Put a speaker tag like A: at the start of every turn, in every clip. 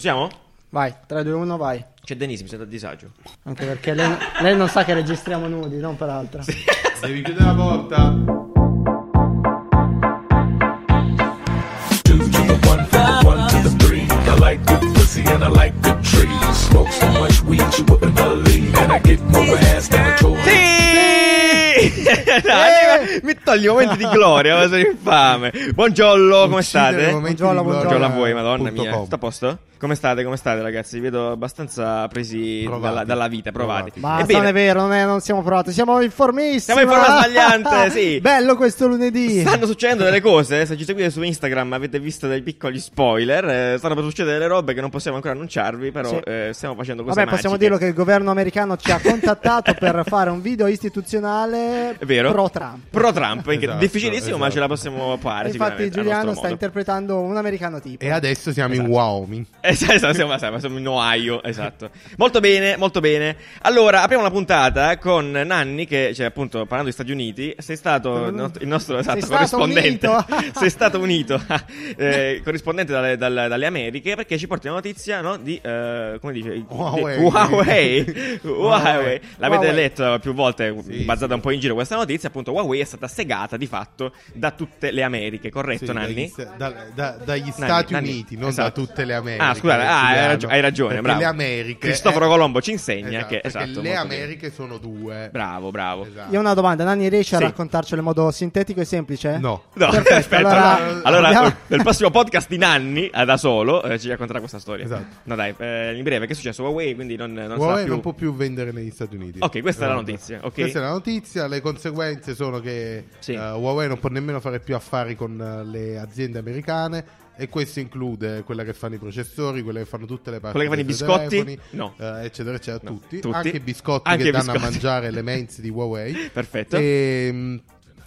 A: Possiamo?
B: Vai, 3, 2, 1, vai.
A: Cioè, Denise, mi sento a disagio.
B: Anche perché lei, lei non sa che registriamo nudi, non peraltro.
C: Devi chiudere la porta.
D: two to the one, from the one to the three. I like good pussy and I like good trees. Smoke so much weed you wouldn't believe, and I get more ass than a toy.
A: Sì! Eh! Dai, mi toglie momenti di gloria, ma sono infame. Buongiorno, come state?
B: Buongiorno,
A: Buongiorno a
B: buongiorno.
A: voi, madonna mia. Tutto a posto? Come state, come state ragazzi? Vi vedo abbastanza presi
C: Provati.
A: dalla, dalla vita, provati.
C: Provati.
B: Basta,
A: Ebbene,
B: non è vero, non, è- non siamo provati, siamo informissimi.
A: Siamo in forma sbagliante, sì.
B: Bello questo lunedì.
A: Stanno succedendo delle cose, eh? se ci seguite su Instagram avete visto dei piccoli spoiler, eh, stanno per succedere delle robe che non possiamo ancora annunciarvi, però
B: Sì.
A: eh, stiamo facendo cose
B: Vabbè, possiamo
A: magiche.
B: dirlo che il governo americano ci ha contattato per fare un video istituzionale
A: È vero?
B: pro Trump.
A: Pro Trump, inc-
C: Esatto,
A: difficilissimo, ma
C: esatto.
A: ce la possiamo fare
B: Infatti
A: sicuramente, Ah, al
B: Giuliano
A: nostro
B: sta
A: modo.
B: interpretando un americano tipo.
C: E adesso siamo in Wyoming.
A: Esatto, esatto, siamo, siamo- siamo in Ohio, esatto. Molto bene, molto bene. Allora, apriamo la puntata con Nanni che, cioè, appunto, parlando di Stati Uniti, sei stato il not- il nostro esatto,
B: Sei stato
A: corrispondente.
B: unito.
A: sei stato unito, eh, corrispondente dalle, dalle- dalle Americhe, perché ci porti una notizia, no, di, eh, come dice?
C: Huawei.
A: Di- Huawei. Huawei. L'avete
B: Huawei.
A: letta più volte,
C: Sì,
A: basata un po' in giro questa notizia, appunto, Huawei è stata segata, di fatto, da tutte le Americhe, corretto,
C: Sì,
A: Nanni?
C: Dagli, sta- da- da- dagli
A: Nanni,
C: Stati
A: Nanni,
C: Uniti, non
A: esatto.
C: da tutte le Americhe.
A: Ah, scusate, ah, hai,
C: Giuliano.
A: ragio- hai ragione,
C: Eh, Perché
A: bravo.
C: Le Americhe.
A: Cristoforo
C: eh,
A: Colombo ci insegna
C: esatto,
A: che
C: perché
A: esatto,
C: le
A: molto
C: Americhe sono due.
A: bene. Bravo, bravo.
C: Esatto.
B: Io ho una domanda, Nanni, riesci a
A: Ah. Sì.
B: raccontarcelo in modo sintetico e semplice?
C: No.
A: No,
B: Perfetto,
A: aspetta. Allora,
B: allora-
A: allora,
B: abbiamo-
A: eh, nel prossimo podcast di Nanni, eh, da solo, eh, ci racconterà questa storia.
C: Esatto.
A: No, dai, eh, in breve, che è successo? Huawei, quindi non, non sarà
C: Huawei
A: più...
C: non può più vendere negli Stati Uniti.
A: Ok, questa è la
C: Guarda.
A: notizia, ok.
C: Questa è la notizia. Le conseguenze sono che
A: Sì.
C: eh, Huawei non può nemmeno fare più affari con eh, le aziende americane. E questo include quella che fanno i processori, quella che fanno tutte le parti.
A: Quelle che fanno
C: dei
A: i
C: suoi
A: biscotti?
C: telefoni,
A: No.
C: eh, eccetera, eccetera.
A: No,
C: Tutti.
A: tutti.
C: Anche i biscotti
A: Anche
C: che
A: i
C: danno a
A: biscotti.
C: mangiare le mense di Huawei.
A: Perfetto.
C: E, mm,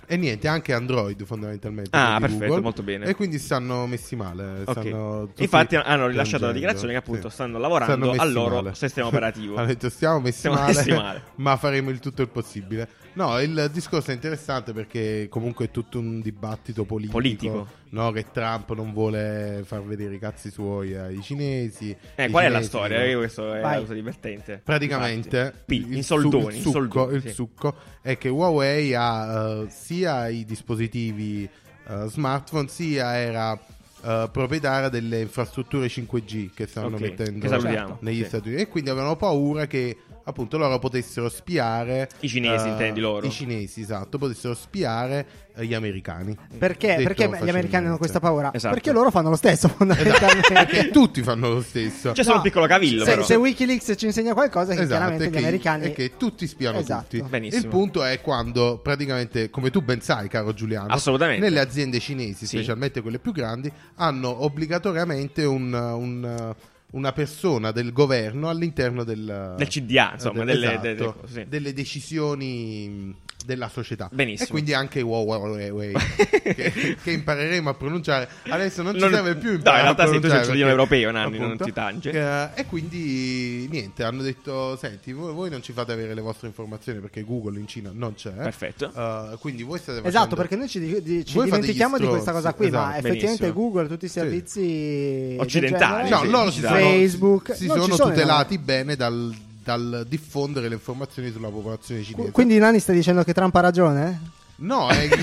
C: e niente, anche Android fondamentalmente.
A: Ah,
C: quelli di
A: perfetto,
C: Google.
A: molto bene.
C: E quindi stanno messi male.
A: Ok.
C: stanno tutti
A: Infatti hanno rilasciato la
C: piangendo.
A: dichiarazione che appunto
C: Sì.
A: stanno lavorando
C: Stanno messi
A: al loro
C: male.
A: sistema operativo.
C: hanno detto stiamo messi,
A: Stiamo
C: male,
A: messi male.
C: ma faremo il tutto il possibile. No, il discorso è interessante perché comunque è tutto un dibattito politico.
A: Politico.
C: No, che Trump non vuole far vedere i cazzi suoi ai cinesi.
A: Eh,
C: i
A: qual è la
C: cinesi
A: storia?
C: no.
A: Eh, Questo è
B: Vai.
A: una cosa divertente.
C: Praticamente
A: Infatti. P,
C: il
A: in soldoni,
C: su- il succo,
A: in soldoni,
C: il
A: sì.
C: succo è che Huawei ha eh, sia i dispositivi eh, smartphone sia era eh, proprietaria delle infrastrutture 5G che stanno
A: Ok,
C: mettendo
A: che salutiamo,
C: negli
A: sì.
C: Stati Uniti e quindi avevano paura che appunto loro potessero spiare
A: I cinesi,
C: eh,
A: intendi loro?
C: i cinesi esatto potessero spiare eh, gli americani
B: Perché, perché
C: Detto
B: gli
C: facilmente.
B: americani hanno questa paura?
A: Esatto.
B: Perché loro fanno lo stesso fondamentalmente.
C: perché tutti fanno lo stesso
A: C'è solo
B: No,
A: un piccolo cavillo,
B: se,
A: però.
B: se Wikileaks ci insegna qualcosa, è che
C: Esatto,
B: chiaramente
C: e
B: gli
C: che-
B: americani.
C: e che tutti spiano
B: Esatto.
C: tutti.
A: Benissimo.
C: Il punto è quando praticamente, come tu ben sai, caro Giuliano,
A: Assolutamente.
C: nelle aziende cinesi,
A: Sì.
C: specialmente quelle più grandi, hanno obbligatoriamente un- un- una persona del governo all'interno del,
A: Del CDA, insomma,
C: eh,
A: delle-
C: esatto,
A: de- de- sì.
C: delle decisioni mh, della società.
A: Benissimo.
C: E quindi anche Huawei, che, che impareremo a pronunciare. Adesso non ci
A: Non-
C: serve più
A: no, in
C: imparare
A: realtà
C: a
A: sei tu
C: pronunciare
A: cittadino
C: perché,
A: europeo, Nanni, non
C: appunto,
A: ti tange.
C: eh, eh, e quindi niente, hanno detto: Senti, voi, voi non ci fate avere le vostre informazioni perché Google in Cina non c'è.
A: Perfetto.
C: Eh, quindi voi state facendo.
B: Esatto, perché noi ci, di- di- ci
C: Voi fate gli
B: dimentichiamo di questa
C: stronzi,
B: cosa qui, ma
C: esatto,
B: effettivamente
A: benissimo.
B: Google, tutti i servizi del
A: Occidentali, Eh, sì,
B: genere-
C: No, loro
A: ci
C: si sono,
A: danno.
B: Facebook
C: si
B: non ci
C: sono
B: sono,
C: tutelati bene dal, dal diffondere le informazioni sulla popolazione cinese.
B: Qu- Quindi Nani sta dicendo che Trump ha ragione?
C: No, è, è-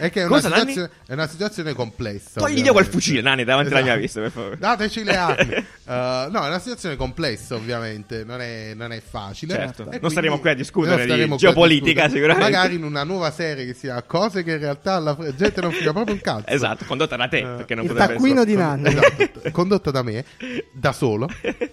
C: è che è una,
A: Cosa, Nanni?
C: situazione, è una situazione complessa.
A: Togli via quel
C: ovviamente.
A: fucile, Nani, davanti alla
C: Esatto.
A: mia vista, per favore.
C: Dateci le armi. Eh, no, è una situazione complessa, ovviamente. Non è, non è facile.
A: Certo.
C: E
A: Non
C: quindi-
A: staremo qui a discutere
C: non staremo
A: di
C: qui a
A: geopolitica,
C: discutere.
A: sicuramente.
C: Magari in una nuova serie che sia cose che in realtà la gente non figa proprio un cazzo.
A: Esatto, condotta da te,
C: Eh,
A: perché non
B: Il
A: potrebbe
B: taccuino di Nanni.
C: Esatto, condotta da me, da solo,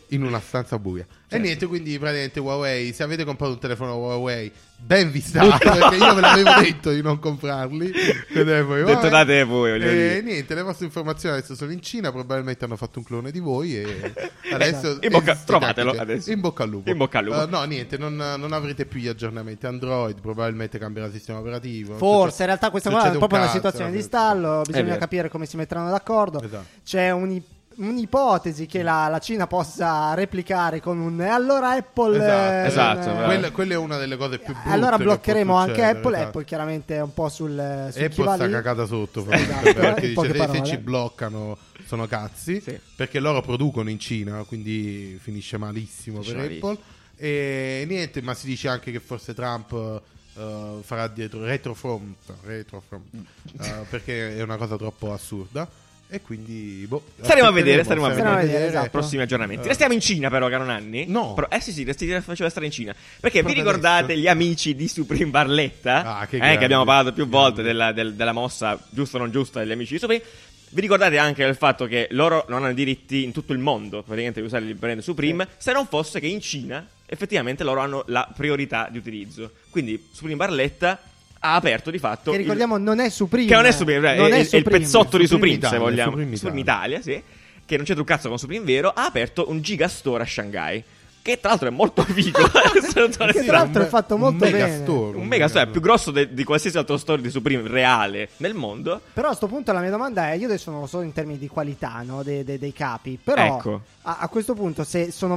C: in una stanza buia. E niente, quindi praticamente Huawei, se avete comprato un telefono Huawei, ben vi sta, perché io ve l'avevo detto di non comprarli. Quei telefoni
A: Detto
C: Huawei.
A: da te voi, voglio
C: E
A: dire.
C: niente, le vostre informazioni adesso sono in Cina, probabilmente hanno fatto un clone di voi e adesso...
A: In bocca-
C: eh, sti
A: trovatelo
C: cacchi,
A: adesso.
C: In bocca al lupo.
A: In bocca al lupo.
C: Eh, no, niente, non, non avrete più gli aggiornamenti Android, probabilmente cambierà il sistema operativo.
B: Forse, in realtà questa qua è
C: Succede un
B: proprio una
C: cazzo,
B: situazione di
C: vabbè.
B: stallo,
A: È
B: bisogna
A: vero.
B: capire come si metteranno d'accordo.
C: Esatto.
B: C'è un- un'ipotesi che la, la Cina possa replicare con un... "E Allora Apple... eh,
A: Esatto,
B: non-
A: bravo.
C: Quella, quella è una delle cose più brutte.
B: Allora
C: che può
B: bloccheremo anche
C: succedere,
B: Apple,
C: esatto.
B: Apple chiaramente è un po' sul... sul chi
C: Apple
B: va
C: sta
B: lì.
C: cagata sotto.
B: Esatto,
C: probabilmente,
B: in
C: perché
B: poche
C: dice, se- se,
B: parole.
C: ci bloccano sono cazzi,
A: Sì.
C: perché loro producono in Cina, quindi finisce malissimo
A: Finisce
C: per
A: malissimo.
C: Apple. E niente, ma si dice anche che forse Trump eh, farà dietro retrofront, retrofront
A: Mm.
C: eh, perché è una cosa troppo assurda. E quindi, boh,
A: Staremo a vedere,
C: aspetteremo,
A: staremo a
B: vedere. Esatto.
A: prossimi aggiornamenti.
C: Eh.
A: Restiamo in Cina, però, caro Nanni.
C: No.
A: Però- eh sì, sì, resti, faceva stare in Cina. Perché vi
C: Proprio
A: ricordate
C: adesso.
A: gli amici di Supreme Barletta?
C: Ah, che
A: Eh,
C: grandi.
A: abbiamo parlato più
C: Grandi.
A: volte della, del- della mossa giusta o non giusta degli amici di Supreme. Vi ricordate anche del fatto che loro non hanno diritti in tutto il mondo, praticamente, di usare il brand Supreme, se non fosse che in Cina effettivamente loro hanno la priorità di utilizzo. Quindi Supreme Barletta ha aperto di fatto
B: Che
A: il-
B: ricordiamo non è Supreme.
A: che non è Supreme, eh, è,
B: Non è
A: è il
B: Supreme.
A: pezzotto di Supreme,
C: Supreme
A: se
C: Italia,
A: vogliamo.
C: Supreme
A: Supreme, Italia, sì. Che non c'è un cazzo con Supreme vero, ha aperto un gigastore a Shanghai. Che tra l'altro è molto figo. se non
B: Che
A: sì.
B: tra l'altro è fatto
C: Un
B: molto
C: mega
B: bene.
C: store,
A: un mega store, è più grosso de- di qualsiasi altro store di Supreme reale nel mondo.
B: Però a sto punto la mia domanda è: io adesso non lo so in termini di qualità no, de- de- dei capi, però
A: Ecco.
B: a-, a questo punto se sono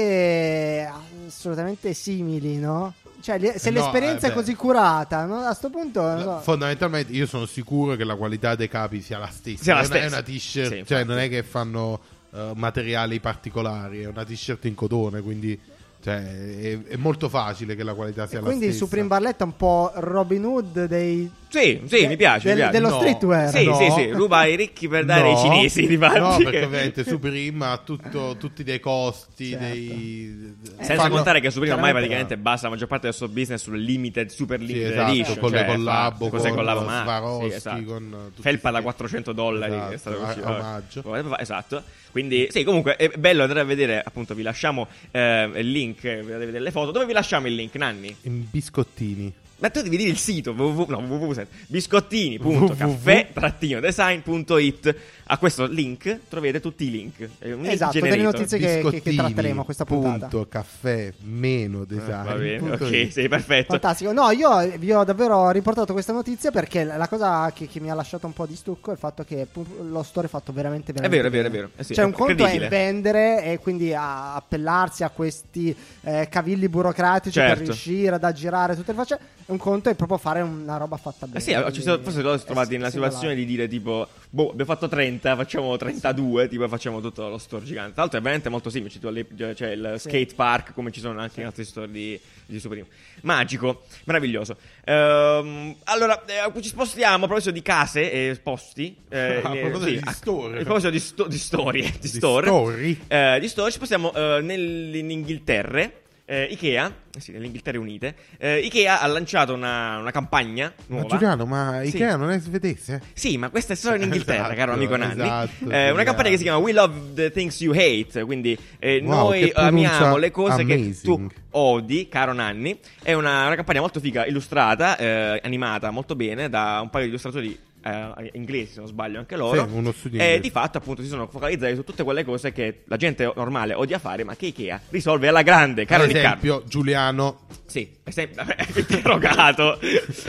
B: veramente assolutamente simili, no? Cioè, le- se
C: Eh no,
B: l'esperienza
C: eh,
B: è
C: beh.
B: così curata, no? a sto punto non so.
C: Fondamentalmente, io sono sicuro che la qualità dei capi sia la stessa.
A: Sia la
C: Non è
A: stessa.
C: una t-shirt,
A: Sì, infatti.
C: cioè non è che fanno eh, materiali particolari, è una t-shirt in cotone, quindi cioè, è, è molto facile che la qualità sia la
B: quindi il
C: stessa.
B: Supreme Barletta è un po' Robin Hood dei.
A: Sì, sì, mi piace.
B: del-
A: mi piace.
B: dello
C: No.
B: streetwear.
A: Sì,
C: No.
A: sì, sì, ruba ai ricchi per dare ai cinesi di fatti.
C: No, perché ovviamente Supreme ha tutto- tutti dei costi,
B: Certo.
C: dei...
A: Senza
C: Eh, fanno-
A: contare che Supreme ormai
C: Chiaramente-
A: praticamente basa la maggior parte del suo business sul limited, super
C: Sì,
A: limited
C: esatto,
A: edition,
C: con le
A: cioè, fa
C: collabo,
A: cose
C: con
A: collabo ma-
C: Swarovski,
A: sì, esatto.
C: con, eh, tutti
A: Felpa da
C: questi-
A: 400 dollari
C: Esatto,
A: è stato
C: a-
A: così,
C: a maggio.
A: vabbè, Esatto. Quindi sì, comunque è bello andare a vedere, appunto, vi lasciamo eh, il link, eh, andate a vedere le foto. Dove vi lasciamo il link, Nanni?
C: In biscottini.
A: Ma tu devi dire il sito www, no, www, senti, biscottini.caffè-design.it. A questo link trovate tutti i link. È un link
B: Esatto, delle
A: generito.
B: notizie che- che- che
C: Biscottini
B: tratteremo questa puntata.
C: Punto caffè meno design.
A: Eh, Ah, Va bene,
C: punto
A: ok,
C: it.
A: sei perfetto.
B: Fantastico. No, io vi ho davvero riportato questa notizia perché la la cosa che, che mi ha lasciato un po' di stucco è il fatto che pu- lo store è fatto veramente veramente
A: vero, è vero,
B: bene.
A: è vero. Eh sì,
B: cioè,
A: è
B: un conto è
A: credibile.
B: vendere e quindi a appellarsi a questi eh, cavilli burocratici per
A: Certo.
B: riuscire ad aggirare tutte le facce. Un conto è proprio fare una roba fatta bene.
A: Eh sì, ci siamo- forse loro si sono
B: Eh
A: trovati nella situazione di dire tipo, boh, abbiamo fatto 30, facciamo 32, tipo e facciamo tutto lo store gigante. Tra l'altro è veramente molto simile, cioè, c'è, tipo le- c'è il skate park come ci sono anche in altri store di, di Supreme. Magico, meraviglioso. Ehm, allora, eh, ci spostiamo a proposito di case e posti. eh,
C: A
A: ne-
C: proposito di store.
A: A proposito di, sto- di storie, di, store.
C: story.
A: Eh, di store ci spostiamo eh, nel- in Inghilterra. Eh, Ikea, eh sì, nell'Inghilterra Unite, eh, Ikea ha lanciato una, una campagna
C: Ma
A: nuova.
C: Giuliano, ma
A: Sì.
C: Ikea non è svedese?
A: Sì, ma questa è solo in Inghilterra,
C: Esatto,
A: caro amico Nanni.
C: esatto,
A: Eh, una campagna che si chiama We Love the Things You Hate. Quindi eh,
C: Wow,
A: noi
C: che pronuncia
A: amiamo le cose che tu
C: amazing.
A: odi, caro Nanni. È una, una campagna molto figa, illustrata, eh, animata molto bene da un paio di illustratori. eh, inglesi se non sbaglio anche loro
C: Sì, uno studio
A: e
C: inglese.
A: Eh, di fatto appunto si sono focalizzati su tutte quelle cose che la gente normale odia fare ma che Ikea risolve alla grande caro
C: Per
A: Riccardo
C: esempio, Giuliano,
A: sì, per esempio, interrogato.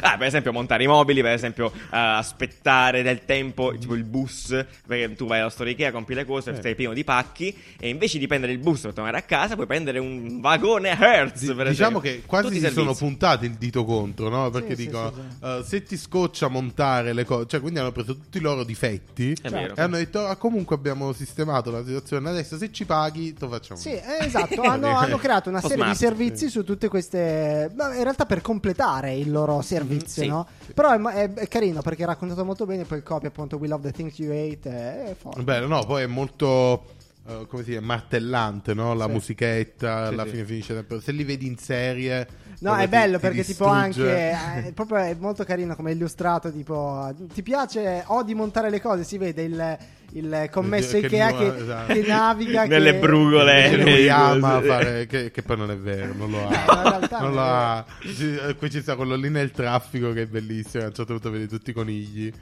A: Ah, per esempio, montare i mobili, per esempio, eh, aspettare del tempo, tipo il bus, perché tu vai alla storia Ikea, compi le cose,
C: Certo.
A: stai pieno di pacchi, e invece di prendere il bus per tornare a casa, puoi prendere un vagone Hertz,
C: Di-
A: per
C: diciamo
A: esempio.
C: che quasi
A: Tutti i
C: si sono
A: servizi.
C: puntati il dito contro, no? Perché
B: Sì, sì,
C: dicono
B: sì,
C: "Eh, se ti scoccia montare le cose, cioè quindi hanno preso tutti i loro difetti
B: Certo.
A: È vero.
C: e hanno detto "Ah, comunque abbiamo sistemato la situazione, adesso se ci paghi te lo facciamo".
B: Sì, eh, esatto, hanno, hanno creato una
A: Un po'
B: serie di
A: smart.
B: servizi su tutte queste... ma in realtà per completare il
C: Mm-hmm.
B: loro servizio,
A: Mhm, sì,
B: no? Però è, mo- è- è carino perché è raccontato molto bene, poi copia appunto We Love the Things You Hate, è, è forte.
C: Bello, no, poi è molto eh, come si dice, martellante, no? La
B: Sì.
C: musichetta,
A: Sì,
C: alla
A: sì.
C: fine finisce sempre. Se li vedi in serie
B: No,
C: proprio
B: è
C: ti-
B: bello
C: ti
B: perché tipo
C: distrugge.
B: anche eh, proprio è molto carino come è illustrato, tipo ti piace odi montare le cose, si vede il, il commesso
C: Che
B: Ikea
C: nu-
B: che,
C: esatto.
B: che naviga
A: Nelle
B: che-
A: brugole.
C: Invece
A: Eh,
C: lui ama
A: sì.
C: fare che, che poi non è vero non lo
B: No, in
C: ha,
B: realtà
C: non
B: non
C: lo
B: è
C: ha. Ci- eh, qui ci sta quello lì nel traffico che è bellissimo a un certo punto vede tutti i conigli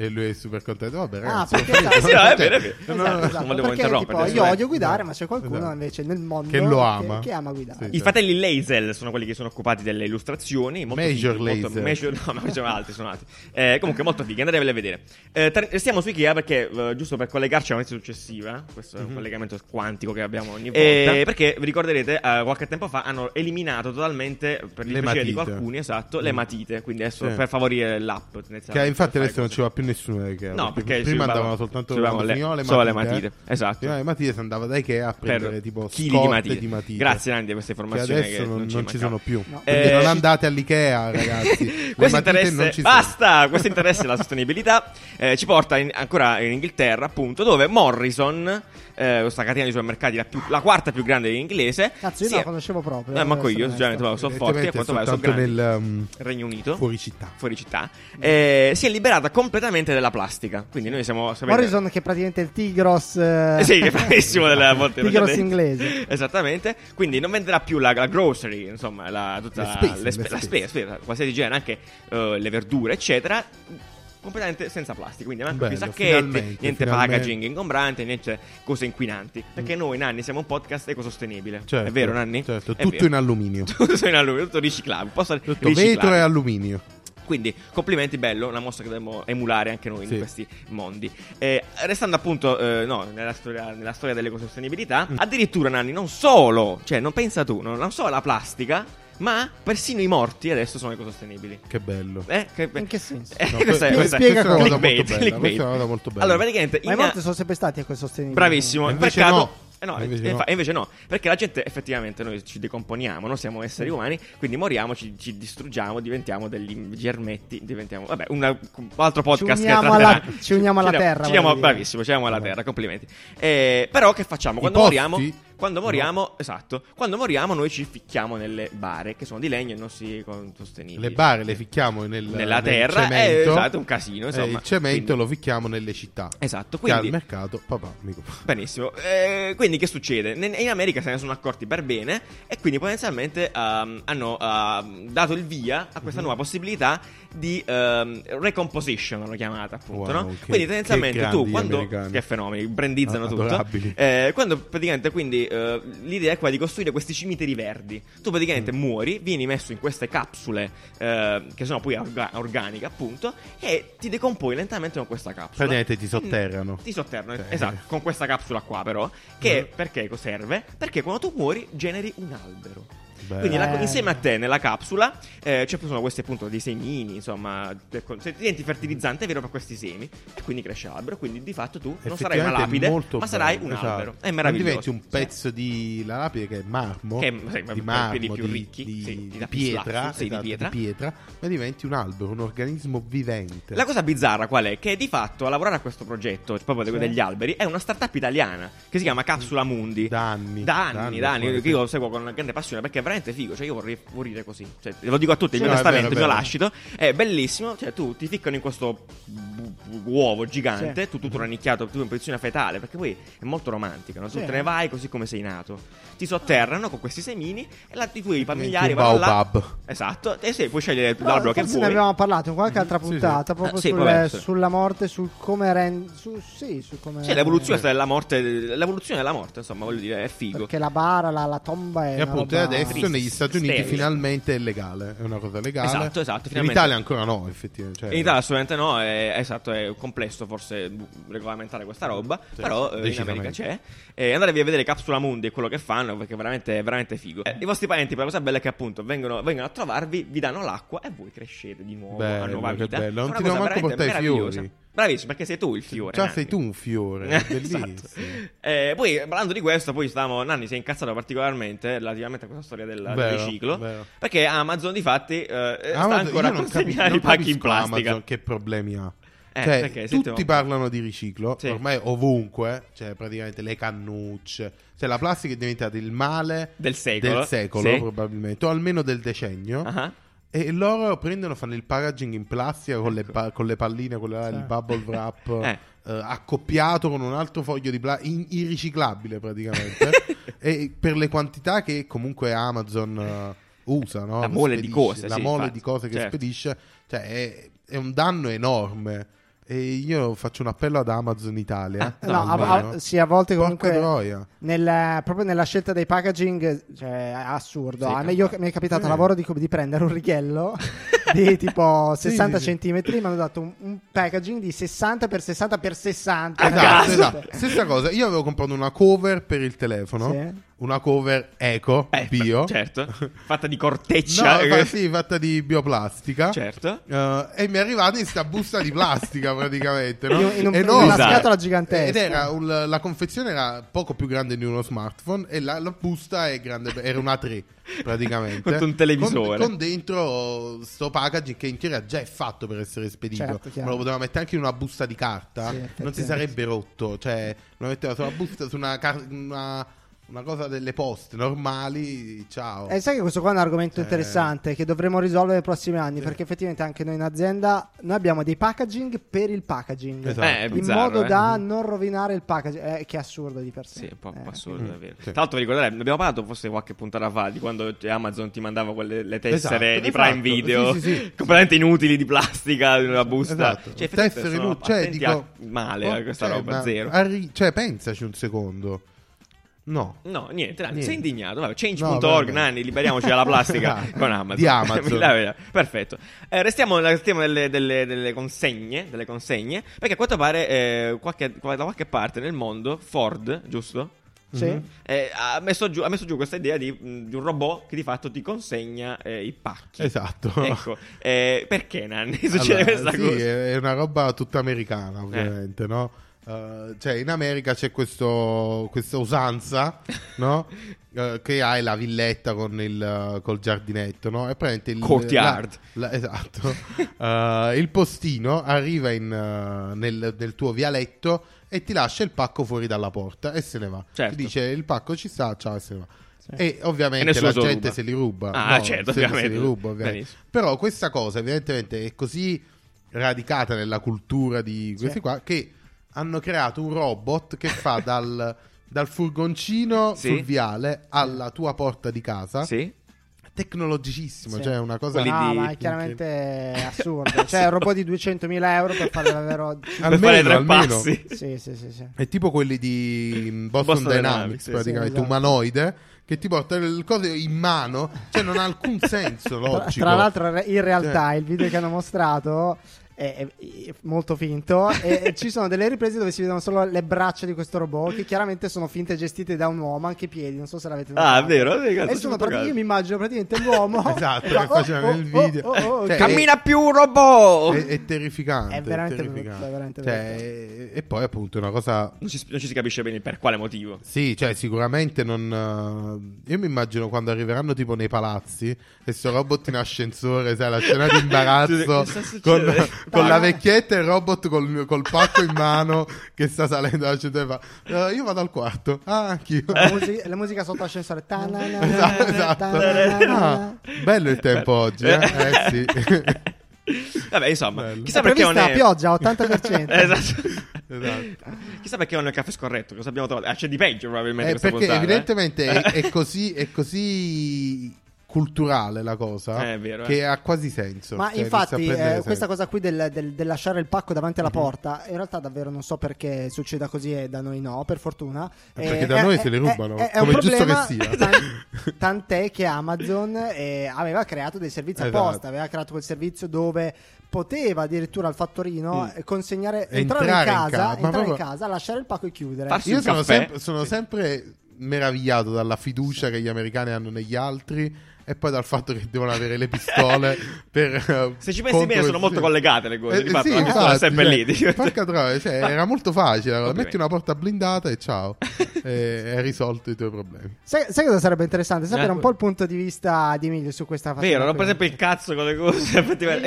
C: e lui è super contento vabbè ragazzi
B: perché-
C: non fate-
B: Eh sì, no,
A: è
C: cioè,
A: vero, è vero.
B: Esatto,
C: no, no, no,
B: esatto,
A: Non volevo
B: perché,
A: interrompere,
B: tipo, io
A: eh.
B: odio guidare, ma c'è qualcuno
C: Esatto.
B: invece nel mondo
C: Che lo ama.
B: che, ama guidare.
C: Sì.
A: I fratelli Lazel sono quelli che sono occupati delle illustrazioni. Molto
C: Major
A: fighi, molto-
C: Lazel.
A: Major- no, ma sono altri, sono altri. Eh, comunque, molto fighi, andatevele a vedere. Eh, tra- restiamo su Ikea perché, eh, giusto per collegarci alla notizia successiva, questo
C: Mhm.
A: è un collegamento quantico che abbiamo ogni volta. Eh, perché vi ricorderete, eh, qualche tempo fa hanno eliminato totalmente, per
C: Le
A: il piacere di
C: matite. Mm.
A: alcuni, esatto, le matite. Quindi adesso
C: Sì.
A: per favorire l'app.
C: che infatti adesso non ci va più nessuno da Ikea.
A: Cioè, No, perché ci
C: prima
A: usavamo-
C: andavano soltanto
A: ci usavamo le-
C: romagnole,
A: solo le matite,
C: eh.
A: esatto.
C: Prima le matite si andava da Ikea a prendere
A: per
C: tipo
A: chili
C: scorte
A: di matite. Grazie Andy per queste
C: Che
A: informazioni
C: adesso
A: che
C: non, non ci sono più.
B: No.
C: Quindi
A: Eh,
C: non
A: ci-
C: andate all'Ikea, ragazzi. Le
A: questo
C: matite non
A: interesse,
C: ci
A: basta, questo interesse alla sostenibilità eh, ci porta in- ancora in Inghilterra, appunto, dove Morrison, eh, questa catena di supermercati, la, più- la quarta più grande dell'inglese,
B: Cazzo, io
A: si
B: non
A: è-
B: la conoscevo proprio.
A: Eh, manco
B: devo essere
A: io, sinceramente,
B: onesto.
A: ma sono forti, a quanto
C: Evidentemente
A: pare sono
C: soltanto
A: grandi. Certo.
C: nel, um,
A: Regno Unito.
C: sono. Fuori città.
A: fuori città, eh, si è liberata completamente della plastica. Quindi noi siamo. sapete-
B: Morrison, che è praticamente il Tigros. eh,
A: Eh sì, che è bravissimo della volte
B: Tigros
A: precedenti.
B: inglese.
A: Esattamente. Quindi non venderà più la, la grocery, insomma, la, tutta
C: Le spese,
A: le spe-
C: le
A: la
C: spese.
A: spesa, spesa, qualsiasi genere, anche eh, le verdure, eccetera. Completamente senza plastica, quindi neanche più
C: Bello,
A: sacchetti,
C: finalmente,
A: niente
C: finalmente. Mm.
A: packaging ingombrante, niente cose inquinanti. Perché noi, Nanni, siamo un podcast ecosostenibile.
C: Certo,
A: è vero, Nanni?
C: Certo,
A: È
C: tutto
A: vero.
C: in alluminio.
A: tutto in alluminio, tutto riciclabile. Posso
C: Tutto vetro e
A: riciclare.
C: alluminio.
A: Quindi complimenti, bello, una mossa che dobbiamo emulare anche noi
C: Sì.
A: in questi mondi. Eh, restando appunto eh, no, nella, storia, nella storia dell'ecosostenibilità, addirittura Nanni, non solo, cioè non pensa tu, non, non solo la plastica, ma persino i morti adesso sono ecosostenibili.
C: Che bello.
A: Eh,
B: In che senso?
A: Eh,
C: No,
A: questa è-
C: que-
A: questa è-
B: spiega
A: questa è
B: come.
A: una cosa
C: Clickbait,
A: molto bella,
C: clickbait.
A: questa è una cosa molto bella. Allora, praticamente...
B: Ma i
A: in-
B: morti sono sempre stati ecosostenibili.
A: Bravissimo,
C: E invece
A: peccato.
C: no.
A: Eh no,
C: E invece
A: eh,
C: no.
A: fa- e invece no, perché la gente effettivamente noi ci decomponiamo, non siamo esseri umani, quindi moriamo, ci, ci distruggiamo, diventiamo degli germetti, diventiamo... Vabbè, una- un altro podcast che
B: uniamo alla-
A: tratterà-
B: ci uniamo alla
A: ci
B: terra,
A: Ci uniamo,
B: voglio dire.
A: bravissimo, ci uniamo alla
C: Vabbè.
A: terra, complimenti. Eh, però che facciamo?
C: I
A: Quando
C: posti?
A: moriamo... Quando
C: No.
A: moriamo, esatto, quando moriamo noi ci ficchiamo nelle bare che sono di legno e non si con- sostenibili.
C: Le bare le ficchiamo nel,
A: Nella
C: nel
A: terra, eh,
C: cemento,
A: esatto, è un casino,
C: E
A: insomma.
C: il cemento
A: Quindi-
C: lo ficchiamo nelle città.
A: Esatto,
C: Che al
A: quindi...
C: mercato, papà, amico.
A: Benissimo, Eh, quindi che succede? Ne- In America se ne sono accorti per bene e quindi potenzialmente ehm, hanno ehm, dato il via a
C: Mhm.
A: questa nuova possibilità di ehm, recomposition, l'hanno chiamata appunto.
C: Wow,
A: no?
C: che-
A: quindi
C: che
A: tendenzialmente tu
C: grandi
A: quando...
C: americani.
A: Che fenomeni, brandizzano
C: Ah,
A: tutto.
C: adorabili.
A: Eh, quando praticamente quindi eh, l'idea è quella di costruire questi cimiteri verdi. Tu praticamente
C: Mm.
A: muori, vieni messo in queste capsule eh, che sono poi orga- organiche appunto e ti decomponi lentamente con questa capsula. Mm.
C: Praticamente ti sotterrano.
A: Ti sotterrano,
C: Cioè.
A: esatto, con questa capsula qua però, che
C: Mm.
A: perché serve? Perché quando tu muori generi un albero.
C: Bello.
A: Quindi la-
B: Bello.
A: insieme a te nella capsula eh, ci sono questi appunto dei semini, insomma, per- se diventi fertilizzante è vero per questi semi e quindi cresce l'albero, quindi di fatto tu non sarai una
C: Effettivamente è
A: lapide, ma
C: molto bello,
A: sarai un
C: esatto.
A: albero. È
C: Non
A: meraviglioso.
C: diventi un pezzo di la lapide che è marmo,
A: Che è- sì, ma-
C: di
A: quelli
C: marmo,
A: più
C: di,
A: ricchi,
C: di-
A: sì, di
C: di
A: lapis
C: pietra,
A: lazuli, sì, di
C: esatto,
A: pietra.
C: ma diventi un albero, un organismo vivente.
A: La cosa bizzarra qual è? Che di fatto a lavorare a questo progetto, cioè proprio
B: Sì.
A: degli alberi, è una startup italiana che si chiama Capsula Mundi.
C: Da anni.
A: Da anni, da anni,
C: fuori,
A: che
C: sì.
A: io lo seguo con grande passione perché è veramente figo. Cioè, io vorrei morire così. Cioè, lo dico a tutti: il
C: Sì,
A: mio
C: no, è
A: testamento, il
C: vero,
A: mio
C: è vero.
A: lascito è bellissimo. Cioè, tu ti ficcano in questo bu- bu- uovo gigante,
B: Sì.
A: tu tutto rannicchiato, tu in posizione fetale, perché poi è molto romantica. No? Tu
B: Sì.
A: te ne vai così come sei nato. Ti sotterrano con questi semini e la, i tuoi familiari
C: un
A: vanno là.
C: baobab.
A: Esatto, e sì, puoi scegliere
B: Però
A: l'albero che
B: forse
A: vuoi.
B: ne abbiamo parlato in qualche altra
C: Mm-hmm. Sì, sì.
B: puntata. Proprio
A: Ah, sì,
B: sul- eh,
A: può essere.
B: sulla morte, sul come rend. Su, sì, su come.
A: Cioè, l'evoluzione della morte, l'evoluzione della morte, insomma, voglio dire, è figo.
B: eh, Perché la bara, la, la tomba è.
C: E
B: una
C: appunto
B: roba-
C: adesso
A: Triste,
C: negli Stati Uniti
A: sterile.
C: finalmente è legale, è una cosa legale.
A: Esatto, esatto,
C: In
A: finalmente.
C: Italia ancora no, effettivamente. cioè-
A: In Italia assolutamente no, è, è esatto, è complesso forse bu- regolamentare questa roba,
C: Sì,
A: però eh, in America
C: decisamente.
A: c'è. E andatevi a vedere Capsula Mundi e quello che fanno, perché è veramente, è veramente figo. Eh, I vostri parenti, per la cosa bella è che appunto vengono, vengono a trovarvi, vi danno l'acqua e voi crescete di nuovo a
C: Bello,
A: nuova
C: che
A: vita.
C: bello.
A: È
C: Non
A: una
C: ti
A: cosa
C: devo manco
A: veramente
C: portare i fiori.
A: meravigliosa. Bravissimo, perché sei tu il fiore.
C: Già
A: Nanni.
C: sei tu un fiore,
A: Esatto.
C: bellissimo.
A: Eh, poi parlando di questo, poi stavamo. Nanni si è incazzato particolarmente relativamente a questa storia del, del
C: Vero,
A: riciclo.
C: vero.
A: Perché Amazon, di fatti, eh, sta
C: Amazon-
A: ancora
C: io
A: a
C: non capi-
A: consegnare i
C: non
A: pacchi in
C: capisco
A: plastica.
C: Amazon che problemi ha.
A: Eh,
C: Cioè,
A: perché,
C: tutti
A: sentiamo-
C: parlano di riciclo,
A: Sì.
C: ormai ovunque, cioè praticamente le cannucce, cioè la plastica è diventata il male
A: Del secolo.
C: del secolo,
A: Sì.
C: probabilmente, o almeno del decennio.
A: Ah.
C: E loro prendono, fanno il packaging in plastica con, le, pa- con le palline, con la-
B: Sì.
C: il bubble wrap
A: Ecco. Eh.
C: eh, accoppiato con un altro foglio di plastica, irriciclabile praticamente. e per le quantità che comunque Amazon eh, usa, no?
A: La mole di
C: Spedisce,
A: cose,
C: la
A: sì,
C: mole
A: infatti,
C: di cose che
A: certo.
C: spedisce, cioè è, è un danno enorme. E io faccio un appello ad Amazon Italia.
A: Ah,
B: Eh, No,
A: No,
B: a- a-
C: almeno.
B: sì, a volte
C: Porca
B: comunque.
C: troia.
B: nel- proprio nella scelta dei packaging cioè, è assurdo.
A: Sì, Mm.
B: a me,
A: capito.
B: io- mi è capitato a
C: Eh.
B: lavoro di, di prendere un righello di tipo
C: Sì,
B: 60
C: sì, sì.
B: centimetri. Mi hanno dato un, un packaging di 60 x 60 x 60.
A: A
C: Esatto,
A: caso.
C: esatto. Stessa cosa, io avevo comprato una cover per il teleno
B: Sì.
C: una cover eco,
A: Eh, cioè,
C: bio.
A: Certo. Fatta di
C: No,
A: corteccia.
C: fa- sì, fatta di bioplastica.
A: Certo.
C: Eh, e mi è arrivata in sta busta di plastica praticamente no?
B: In- in un-
C: Enorme.
A: in una
B: scatola gigantesca.
C: ed era un- la confezione era poco più grande di uno smartphone e la, la busta è grande era una 3 praticamente
A: Con un televisore.
C: con, con dentro sto packaging che in teoria già è fatto per essere spedito
B: Certo, chiaro.
C: ma lo poteva mettere anche in una busta di carta
B: Sì,
C: non si
B: effettivamente.
C: sarebbe rotto cioè lo metteva sulla busta su una, car- una, una cosa delle poste normali ciao
B: E sai che questo qua è un argomento
A: Eh.
C: Cioè-
B: interessante che dovremo risolvere nei prossimi anni, perché effettivamente anche noi in azienda noi abbiamo dei packaging per il packaging.
C: Esatto.
A: Eh, è
B: In
A: bizzarro,
B: modo
A: eh.
B: da non rovinare il packaging, eh, che è assurdo di per sé.
A: Sì, è un po'
B: Eh,
A: assurdo, è vero.
C: Mm, sì.
A: Tra l'altro, vi ricordate, ne abbiamo parlato forse qualche puntata fa di quando Amazon ti mandava quelle le tessere
C: Esatto,
A: di Prime
C: esatto.
A: Video
C: Sì, sì, sì.
A: completamente inutili di plastica, in una busta.
C: Esatto.
A: Cioè,
C: Tessere
A: effettivamente sono
C: inutili, cioè,
A: attenti
C: dico,
A: a male a
C: oh,
A: questa
C: cioè,
A: roba,
C: ma
A: zero.
C: arri- cioè, pensaci un secondo. No.
A: No, niente, Nani,
C: Niente.
A: sei indignato. Vabbè,
C: No,
A: change.org,
C: vabbè.
A: Nani, liberiamoci dalla plastica
C: Dai,
A: con Amazon.
C: di Amazon.
A: Dai, dai, Perfetto. Eh, restiamo nel tema delle, delle- delle consegne, delle consegne, perché a quanto pare eh, qualche- da qualche parte nel mondo Ford, giusto?
B: Sì.
A: Eh, ha, messo giù, ha messo giù questa idea di, mh, di un robot che di fatto ti consegna eh, i pacchi.
C: Esatto.
A: Ecco, eh, perché Nanni succede
C: Allora,
A: questa
C: sì,
A: cosa?
C: è una roba tutta americana, ovviamente, no? Eh, cioè, in America c'è questo, questa usanza, no? Eh, che hai la villetta con il, eh, col giardinetto, no? E praticamente il
A: Courtyard.
C: la- la- esatto. Eh, il postino arriva in, eh, nel, nel tuo vialetto e ti lascia il pacco fuori dalla porta e se ne va.
A: Certo.
C: Ti dice il pacco ci sta, ciao e se ne va.
B: Sì.
C: E
A: E
C: ovviamente
A: nessuno
C: la
A: se lo
C: gente
A: ruba.
C: se li ruba.
A: Ah,
C: No,
A: certo,
C: se, se
A: ovviamente.
C: li ruba, ovviamente.
A: Benissimo.
C: Però questa cosa evidentemente è così radicata nella cultura di questi
B: Sì.
C: qua che hanno creato un robot che fa dal, dal furgoncino
A: Sì.
C: sul viale alla tua porta di casa.
A: Sì?
C: Tecnologicissimo,
B: Sì.
C: cioè è una cosa...
A: Quelli
B: No,
A: di-
B: Ah, ma è chiaramente assurdo. Cioè, un robot di 200.000 euro per fare davvero.
A: per fare tre passi.
B: Sì, sì, sì. sì.
C: È tipo quelli di mm, Boston,
A: Boston
C: Dynamics,
A: Dynamics, sì,
C: praticamente
B: sì, esatto.
C: umanoide, che ti porta il coso in mano, cioè non ha alcun senso
B: Tra,
C: logico.
B: tra l'altro, re- in realtà
C: Cioè-
B: il video che hanno mostrato è, è- è molto finto. e e ci sono delle riprese dove si vedono solo le braccia di questo robot, che chiaramente sono finte e gestite da un uomo, anche i piedi. Non so se l'avete notato.
A: Ah, è vero? sì, cazzo, ci
B: E
A: ho
B: sono
A: fatto
B: praticamente, Eh, io
A: caso.
B: mi immagino praticamente l'uomo
C: Esatto,
B: fa, oh,
C: che faceva nel video. Cioè,
B: che-
A: Cammina più robot!
B: eh,
C: è, è terrificante.
B: È veramente
C: terrificante.
B: brutto, è veramente
C: Cioè, e- e poi appunto è una cosa
A: Non, ci, non ci si capisce bene per quale motivo.
C: Sì, cioè sicuramente non... eh, Io mi immagino quando arriveranno tipo nei palazzi e sto robot in ascensore, sai, la scena di imbarazzo
A: Cosa succede?
C: con, con
B: Dai.
C: la vecchietta e il robot col, col pacco in mano che sta salendo dall'ascensore e fa "Eh, io vado al quarto, ah, anch'io.
B: la, musica, la musica sotto ascensore. Ta-na-na-na,
C: Esatto, esatto.
B: ta-na-na-na.
C: Ah, bello il tempo oggi, eh? Eh, sì.
A: Vabbè, insomma,
C: Bello.
A: chissà
B: È
A: perché non
B: prevista
A: è...
B: pioggia, 80%.
A: Esatto.
C: Esatto.
A: Chissà perché non è il caffè scorretto, cosa abbiamo trovato? Ah, c'è di peggio probabilmente
C: Eh,
A: questa
C: perché
A: puntata, eh.
C: evidentemente è, è così, è così culturale la cosa
A: Eh, è vero, eh.
C: che ha quasi senso.
B: Ma
C: Cioè, inizia a
B: infatti,
C: prendere Mhm.
B: eh,
C: senso.
B: questa cosa qui del, del- del lasciare il pacco davanti alla porta, in realtà davvero non so perché succeda così e da noi no, per fortuna.
C: Eh, perché da noi se li rubano, come
B: eh, un
C: è giusto
B: problema,
C: che sia.
B: tan- tant'è che Amazon eh, aveva creato dei servizi
C: Esatto.
B: apposta, aveva creato quel servizio dove poteva addirittura al fattorino eh, consegnare, entrare,
C: Mm. Entrare
B: in
C: in
B: casa,
C: ca- ma
B: entrare in
C: proprio-
B: casa, lasciare il pacco e chiudere.
A: Farsi
C: Io
A: un
C: sono,
A: caffè.
C: sempre, sono sempre meravigliato dalla fiducia che gli americani hanno negli altri e poi dal fatto che devono avere le pistole per... eh,
A: Se ci
C: contro
A: pensi bene, sono
C: questi-
A: molto collegate le cose.
C: Eh,
A: di fatto,
C: sì,
A: la pistola è
C: infatti,
A: sempre
C: cioè,
A: lì. dici.
C: porca troia, cioè, era molto facile. allora,
A: Complimenti.
C: metti una porta blindata e ciao, e hai risolto i tuoi problemi.
B: Sai, sai cosa sarebbe interessante? Sapere
A: Eh,
B: un po' il punto di vista di Emilio su questa faccenda.
A: Vero, non per
B: qui.
A: esempio il cazzo con le cose. Effettivamente.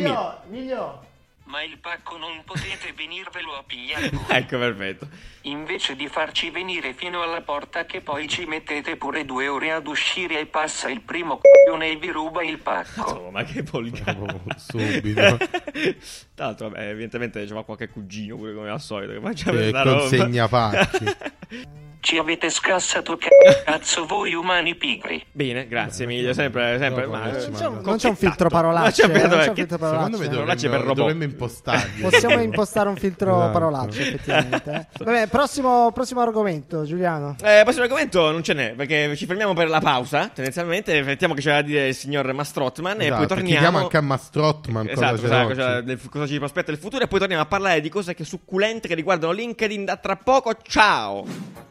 A: Emilio.
E: Ma il pacco non potete venirvelo a pigliare voi.
A: Ecco, perfetto.
E: Invece di farci venire fino alla porta che poi ci mettete pure due ore ad uscire e passa il primo coglione e vi ruba il pacco.
A: Insomma, ma che volgare.
C: Proprio Oh. subito.
A: Tra l'altro, vabbè, evidentemente c'è qualche cugino pure come al solito che faccia
C: Che
A: questa roba.
C: consegna pacchi.
E: Ci avete scassato c- cazzo voi umani pigri.
A: Bene, grazie Emilio, sempre, sempre.
C: Eh, No,
A: ma-
C: vabbè, ci
B: Non c'è un-
C: manca.
B: non c'è un filtro parolacce.
A: Non c'è un filtro-
B: non c'è
A: che-
B: un filtro
C: Secondo
B: parolacce.
C: me
A: Però là c'è
C: dovremmo,
A: per robot.
C: dovremmo impostargli.
B: Possiamo impostare un filtro
C: Esatto.
B: parolacce, effettivamente. eh. Vabbè, prossimo, prossimo argomento, Giuliano.
A: Eh, prossimo argomento non ce n'è, perché ci fermiamo per la pausa, tendenzialmente, riflettiamo che c'era da dire il signor Mastrotman e poi
C: Esatto,
A: Eh, torniamo...
C: Chiediamo anche a Mastrotman
A: Esatto,
C: cosa
A: cosa,
C: c'è
A: cosa-
C: oggi.
A: del- cosa ci prospetta il futuro e poi torniamo a parlare di cose che succulente che riguardano LinkedIn da tra poco. Ciao!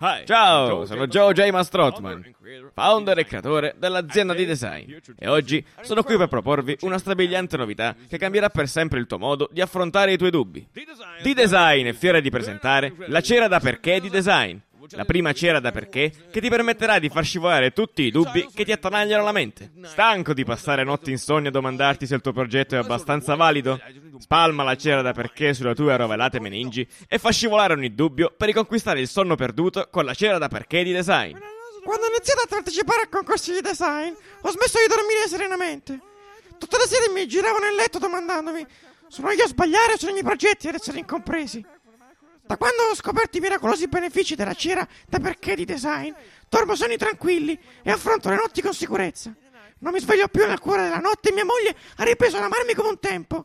F: Hi,
G: Ciao, sono Joe J.
F: Mastrotman,
G: Mastrotman, founder e creatore dell'azienda di design. E oggi sono qui per proporvi una strabiliante novità che cambierà per sempre il tuo modo di affrontare i tuoi dubbi. D-Design è fiera di presentare la cera da perché di design. La prima cera da perché che ti permetterà di far scivolare tutti i dubbi che ti attanagliano la mente. Stanco di passare notti insonni a domandarti se il tuo progetto è abbastanza valido? Spalma la cera da perché sulle tue rovelate meningi e fa scivolare ogni dubbio per riconquistare il sonno perduto con la cera da perché di design.
H: Quando ho iniziato a partecipare a concorsi di design, ho smesso di dormire serenamente. Tutte le sere mi giravo nel letto domandandomi: sono io a sbagliare o sono i miei progetti ad essere incompresi? Da quando ho scoperto i miracolosi benefici della cera da perché di design, dormo sonni tranquilli e affronto le notti con sicurezza. Non mi sveglio più nel cuore della notte e mia moglie ha ripreso ad amarmi come un tempo.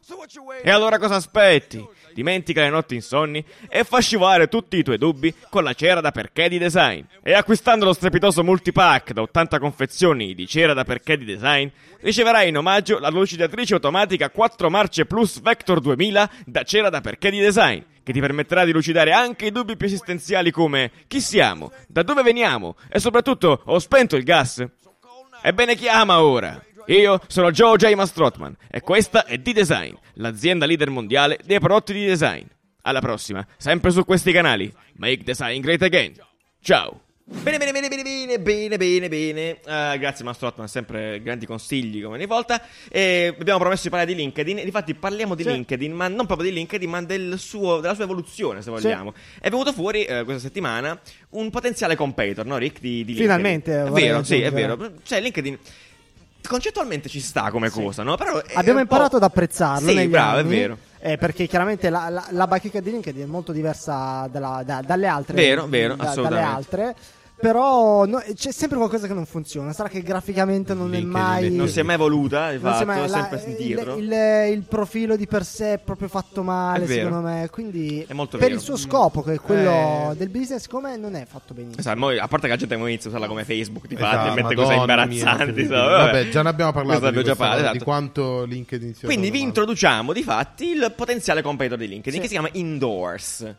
G: E allora cosa aspetti? Dimentica le notti insonni e fa scivolare tutti i tuoi dubbi con la cera da perché di design. E acquistando lo strepitoso multipack da 80 confezioni di cera da perché di design, riceverai in omaggio la lucidatrice automatica 4 marce plus Vector 2000 da cera da perché di design. Che ti permetterà di lucidare anche i dubbi più esistenziali come chi siamo, da dove veniamo e soprattutto ho spento il gas. Ebbene chi ama ora? Io sono Joe J. Mastrotman e questa è D-Design, l'azienda leader mondiale dei prodotti di design. Alla prossima, sempre su questi canali. Make Design Great Again. Ciao!
A: Bene, bene, bene, bene, bene, bene, bene, bene. Eh, grazie Mastro Otman, sempre grandi consigli come ogni volta. E abbiamo promesso di parlare di LinkedIn. e Difatti parliamo di
B: Sì.
A: LinkedIn, ma non proprio di LinkedIn, ma del suo- della sua evoluzione, se vogliamo. È venuto fuori eh, questa settimana un potenziale competitor, no Rick? Di, di LinkedIn.
B: Finalmente,
A: È
B: vorrei
A: vero, sì, è
B: aggiungere.
A: vero. Cioè LinkedIn... Concettualmente ci sta come cosa, no? Però è
B: Abbiamo
A: un po'-
B: imparato ad apprezzarlo.
A: Sì,
B: negli
A: bravo,
B: anni,
A: è vero.
B: eh, perché chiaramente la, la, la bacheca di LinkedIn è molto diversa dalla- da- dalle altre.
A: Vero, vero,
B: da-
A: assolutamente.
B: Dalle altre. Però no, c'è sempre qualcosa che non funziona. Sarà che graficamente non
C: LinkedIn
B: è mai.
A: Non si è mai voluta,
B: non si
A: infatti,
B: è mai- la-
A: sempre indietro.
B: il, il- il profilo di per sé è proprio fatto male,
A: È vero.
B: secondo me. Quindi,
A: È molto
B: per
A: vero.
B: il suo scopo, che è quello
A: Eh.
B: del business, come non è fatto benissimo.
A: Sai, mo- a parte che la gente mo inizia a usarla come Facebook, ti
C: Esatto,
A: fate e mette cose
C: Madonna mia,
A: imbarazzanti.
C: incredibile.
A: sai,
C: Vabbè, già ne abbiamo parlato
A: Questo
C: di,
A: abbiamo già
C: questa
A: parlato,
C: cosa, di
A: esatto.
C: quanto LinkedIn sia
A: Quindi vi
C: ormai-
A: introduciamo di fatti il potenziale competitor di LinkedIn
B: Sì.
A: che si chiama Indoors.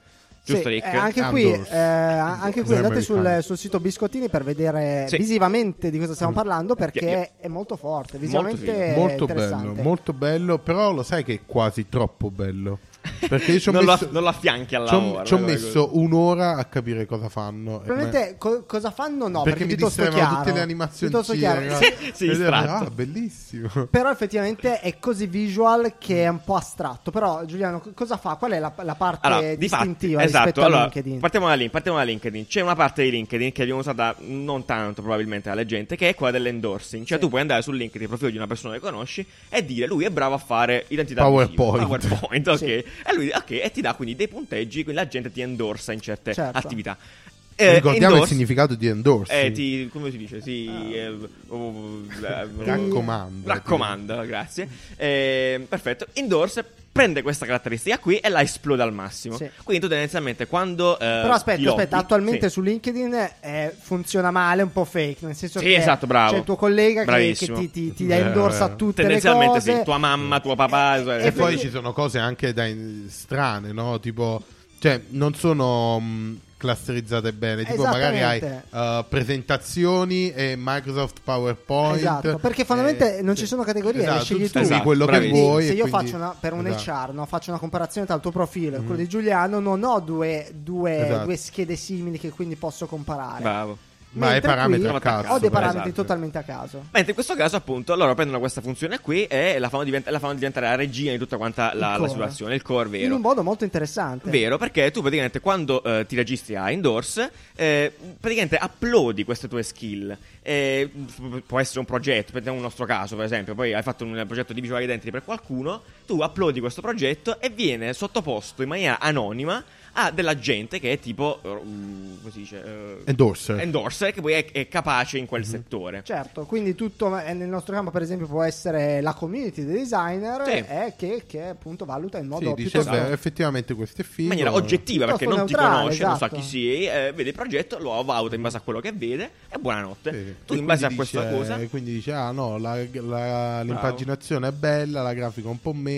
A: Giusto,
B: Sì,
A: Rick?
B: eh, anche
C: Ah,
B: qui,
C: Doors.
B: eh, a- anche qui
C: Doors
B: andate sul,
C: americane.
B: sul sito Biscottini per vedere
A: Sì.
B: visivamente di cosa stiamo parlando perché
A: Yeah, yeah.
B: è molto forte, visivamente
A: figo.
B: è
C: Mm. molto
B: interessante.
C: bello, molto bello, però lo sai che è quasi troppo bello. Perché io ci ho
A: Non lo
C: messo,
A: aff- non lo affianchi eh, alla
C: ci ho-
A: ora,
C: Ci ho
A: come
C: messo un'ora a capire cosa fanno. e come-
B: Probabilmente co- cosa fanno? No,
C: perché,
B: perché,
C: mi
B: piuttosto
C: distraevano
B: chiaro,
C: tutte le animazioni.
B: piuttosto chiaro.
A: Sì,
C: Ed ero,
A: distratto.
C: ah, bellissimo.
B: Però effettivamente è così visual che è un po' astratto. Però Giuliano, co- cosa fa? Qual è la, la parte
A: Allora, di fatti,
B: distintiva rispetto
A: esatto,
B: a
A: allora,
B: LinkedIn?
A: Partiamo, da lì, partiamo da LinkedIn. C'è una parte di LinkedIn che viene usata non tanto probabilmente dalla gente, che è quella dell'endorsing. Cioè,
B: Sì.
A: tu puoi andare su LinkedIn, il profilo di una persona che conosci, e dire lui è bravo a fare identità
C: PowerPoint.
A: visiva, Ah, PowerPoint, ok.
B: Sì.
A: E lui, ok, e ti dà quindi dei punteggi, quindi la gente ti endorsa in certe
B: Certo.
A: attività. Eh,
C: Ricordiamo il
A: endorse-
C: significato di endorsing.
A: Eh, ti, come si dice? Si,
B: Ah.
A: eh, oh, oh, eh,
C: Raccomando.
A: Raccomanda, grazie. Eh, perfetto. Indoors prende questa caratteristica qui e la esplode al massimo.
B: Sì.
A: Quindi tu tendenzialmente quando... eh,
B: Però aspetta,
A: lobby-
B: aspetta, attualmente
A: sì.
B: su LinkedIn eh, funziona male, un po' fake, nel senso
A: Sì,
B: che
A: esatto, bravo.
B: c'è il tuo collega che, che
A: Bravissimo.
B: ti, ti, ti
C: Vero,
B: endorsa
C: vero.
B: tutte le
A: Tendenzialmente
B: cose. Eh,
A: sì, tua mamma, tuo papà... cioè-
B: E
C: E
B: perché-
C: poi ci sono cose anche da in- strane, no? Tipo, cioè, non sono mh, clusterizzate bene. Tipo, magari hai
B: Esattamente.
C: eh, presentazioni e Microsoft PowerPoint. Eh,
B: Esatto, perché fondamentalmente non ci sono categorie, le
C: Esatto,
B: scegli tu.
C: scegli
A: Esatto,
C: quello che
A: bravissimo.
C: vuoi.
B: se
C: e
B: io
C: quindi-
B: faccio una, per un
C: Esatto. Mm.
B: HR, no, faccio una comparazione tra il tuo profilo e quello di Giuliano, non ho due, due,
C: Esatto.
B: due schede simili che quindi posso comparare.
A: Bravo.
C: Ma
B: Mentre
C: i parametri
B: qui
A: a cazzo,
B: Ho dei
A: però,
B: parametri
A: esatto.
B: totalmente a caso.
A: Mentre in questo caso, appunto, loro prendono questa funzione qui e la fanno, divent- la fanno diventare la regina di tutta quanta
B: Il
A: la, la
B: core.
A: situazione, il core vero.
B: In un modo molto interessante.
A: Vero, perché tu praticamente quando eh, ti registri a Indoors, eh, praticamente uploadi queste tue skill. Eh, p- può essere un progetto, prendiamo un nostro caso per esempio, poi hai fatto un progetto di visual identity per qualcuno, tu uploadi questo progetto e viene sottoposto in maniera anonima a della gente che è tipo, eh, mm, come si dice? eh,
C: Endorser.
A: endorser, che poi è, è capace in quel
C: Mhm.
A: settore.
C: Cioè,
B: Certo, quindi tutto eh, nel nostro campo, per esempio, può essere la community dei designer
A: Sì.
B: eh, che, che appunto valuta in modo
C: Sì, dice,
B: piuttosto
C: beh, effettivamente questo è
A: in
C: figo.
A: maniera oggettiva perché non
B: Piuttosto
A: ti
B: neutrale,
A: conosce, non sa
B: esatto.
A: chi sei, eh, vede il progetto, lo valuta in base a quello che vede e buonanotte.
C: Sì.
A: Tu
C: E
A: in base a
C: quindi
A: questa
C: dice-
A: cosa
C: e Quindi dice, ah no, la- la- l'impaginazione è bella, la grafica un po' meno.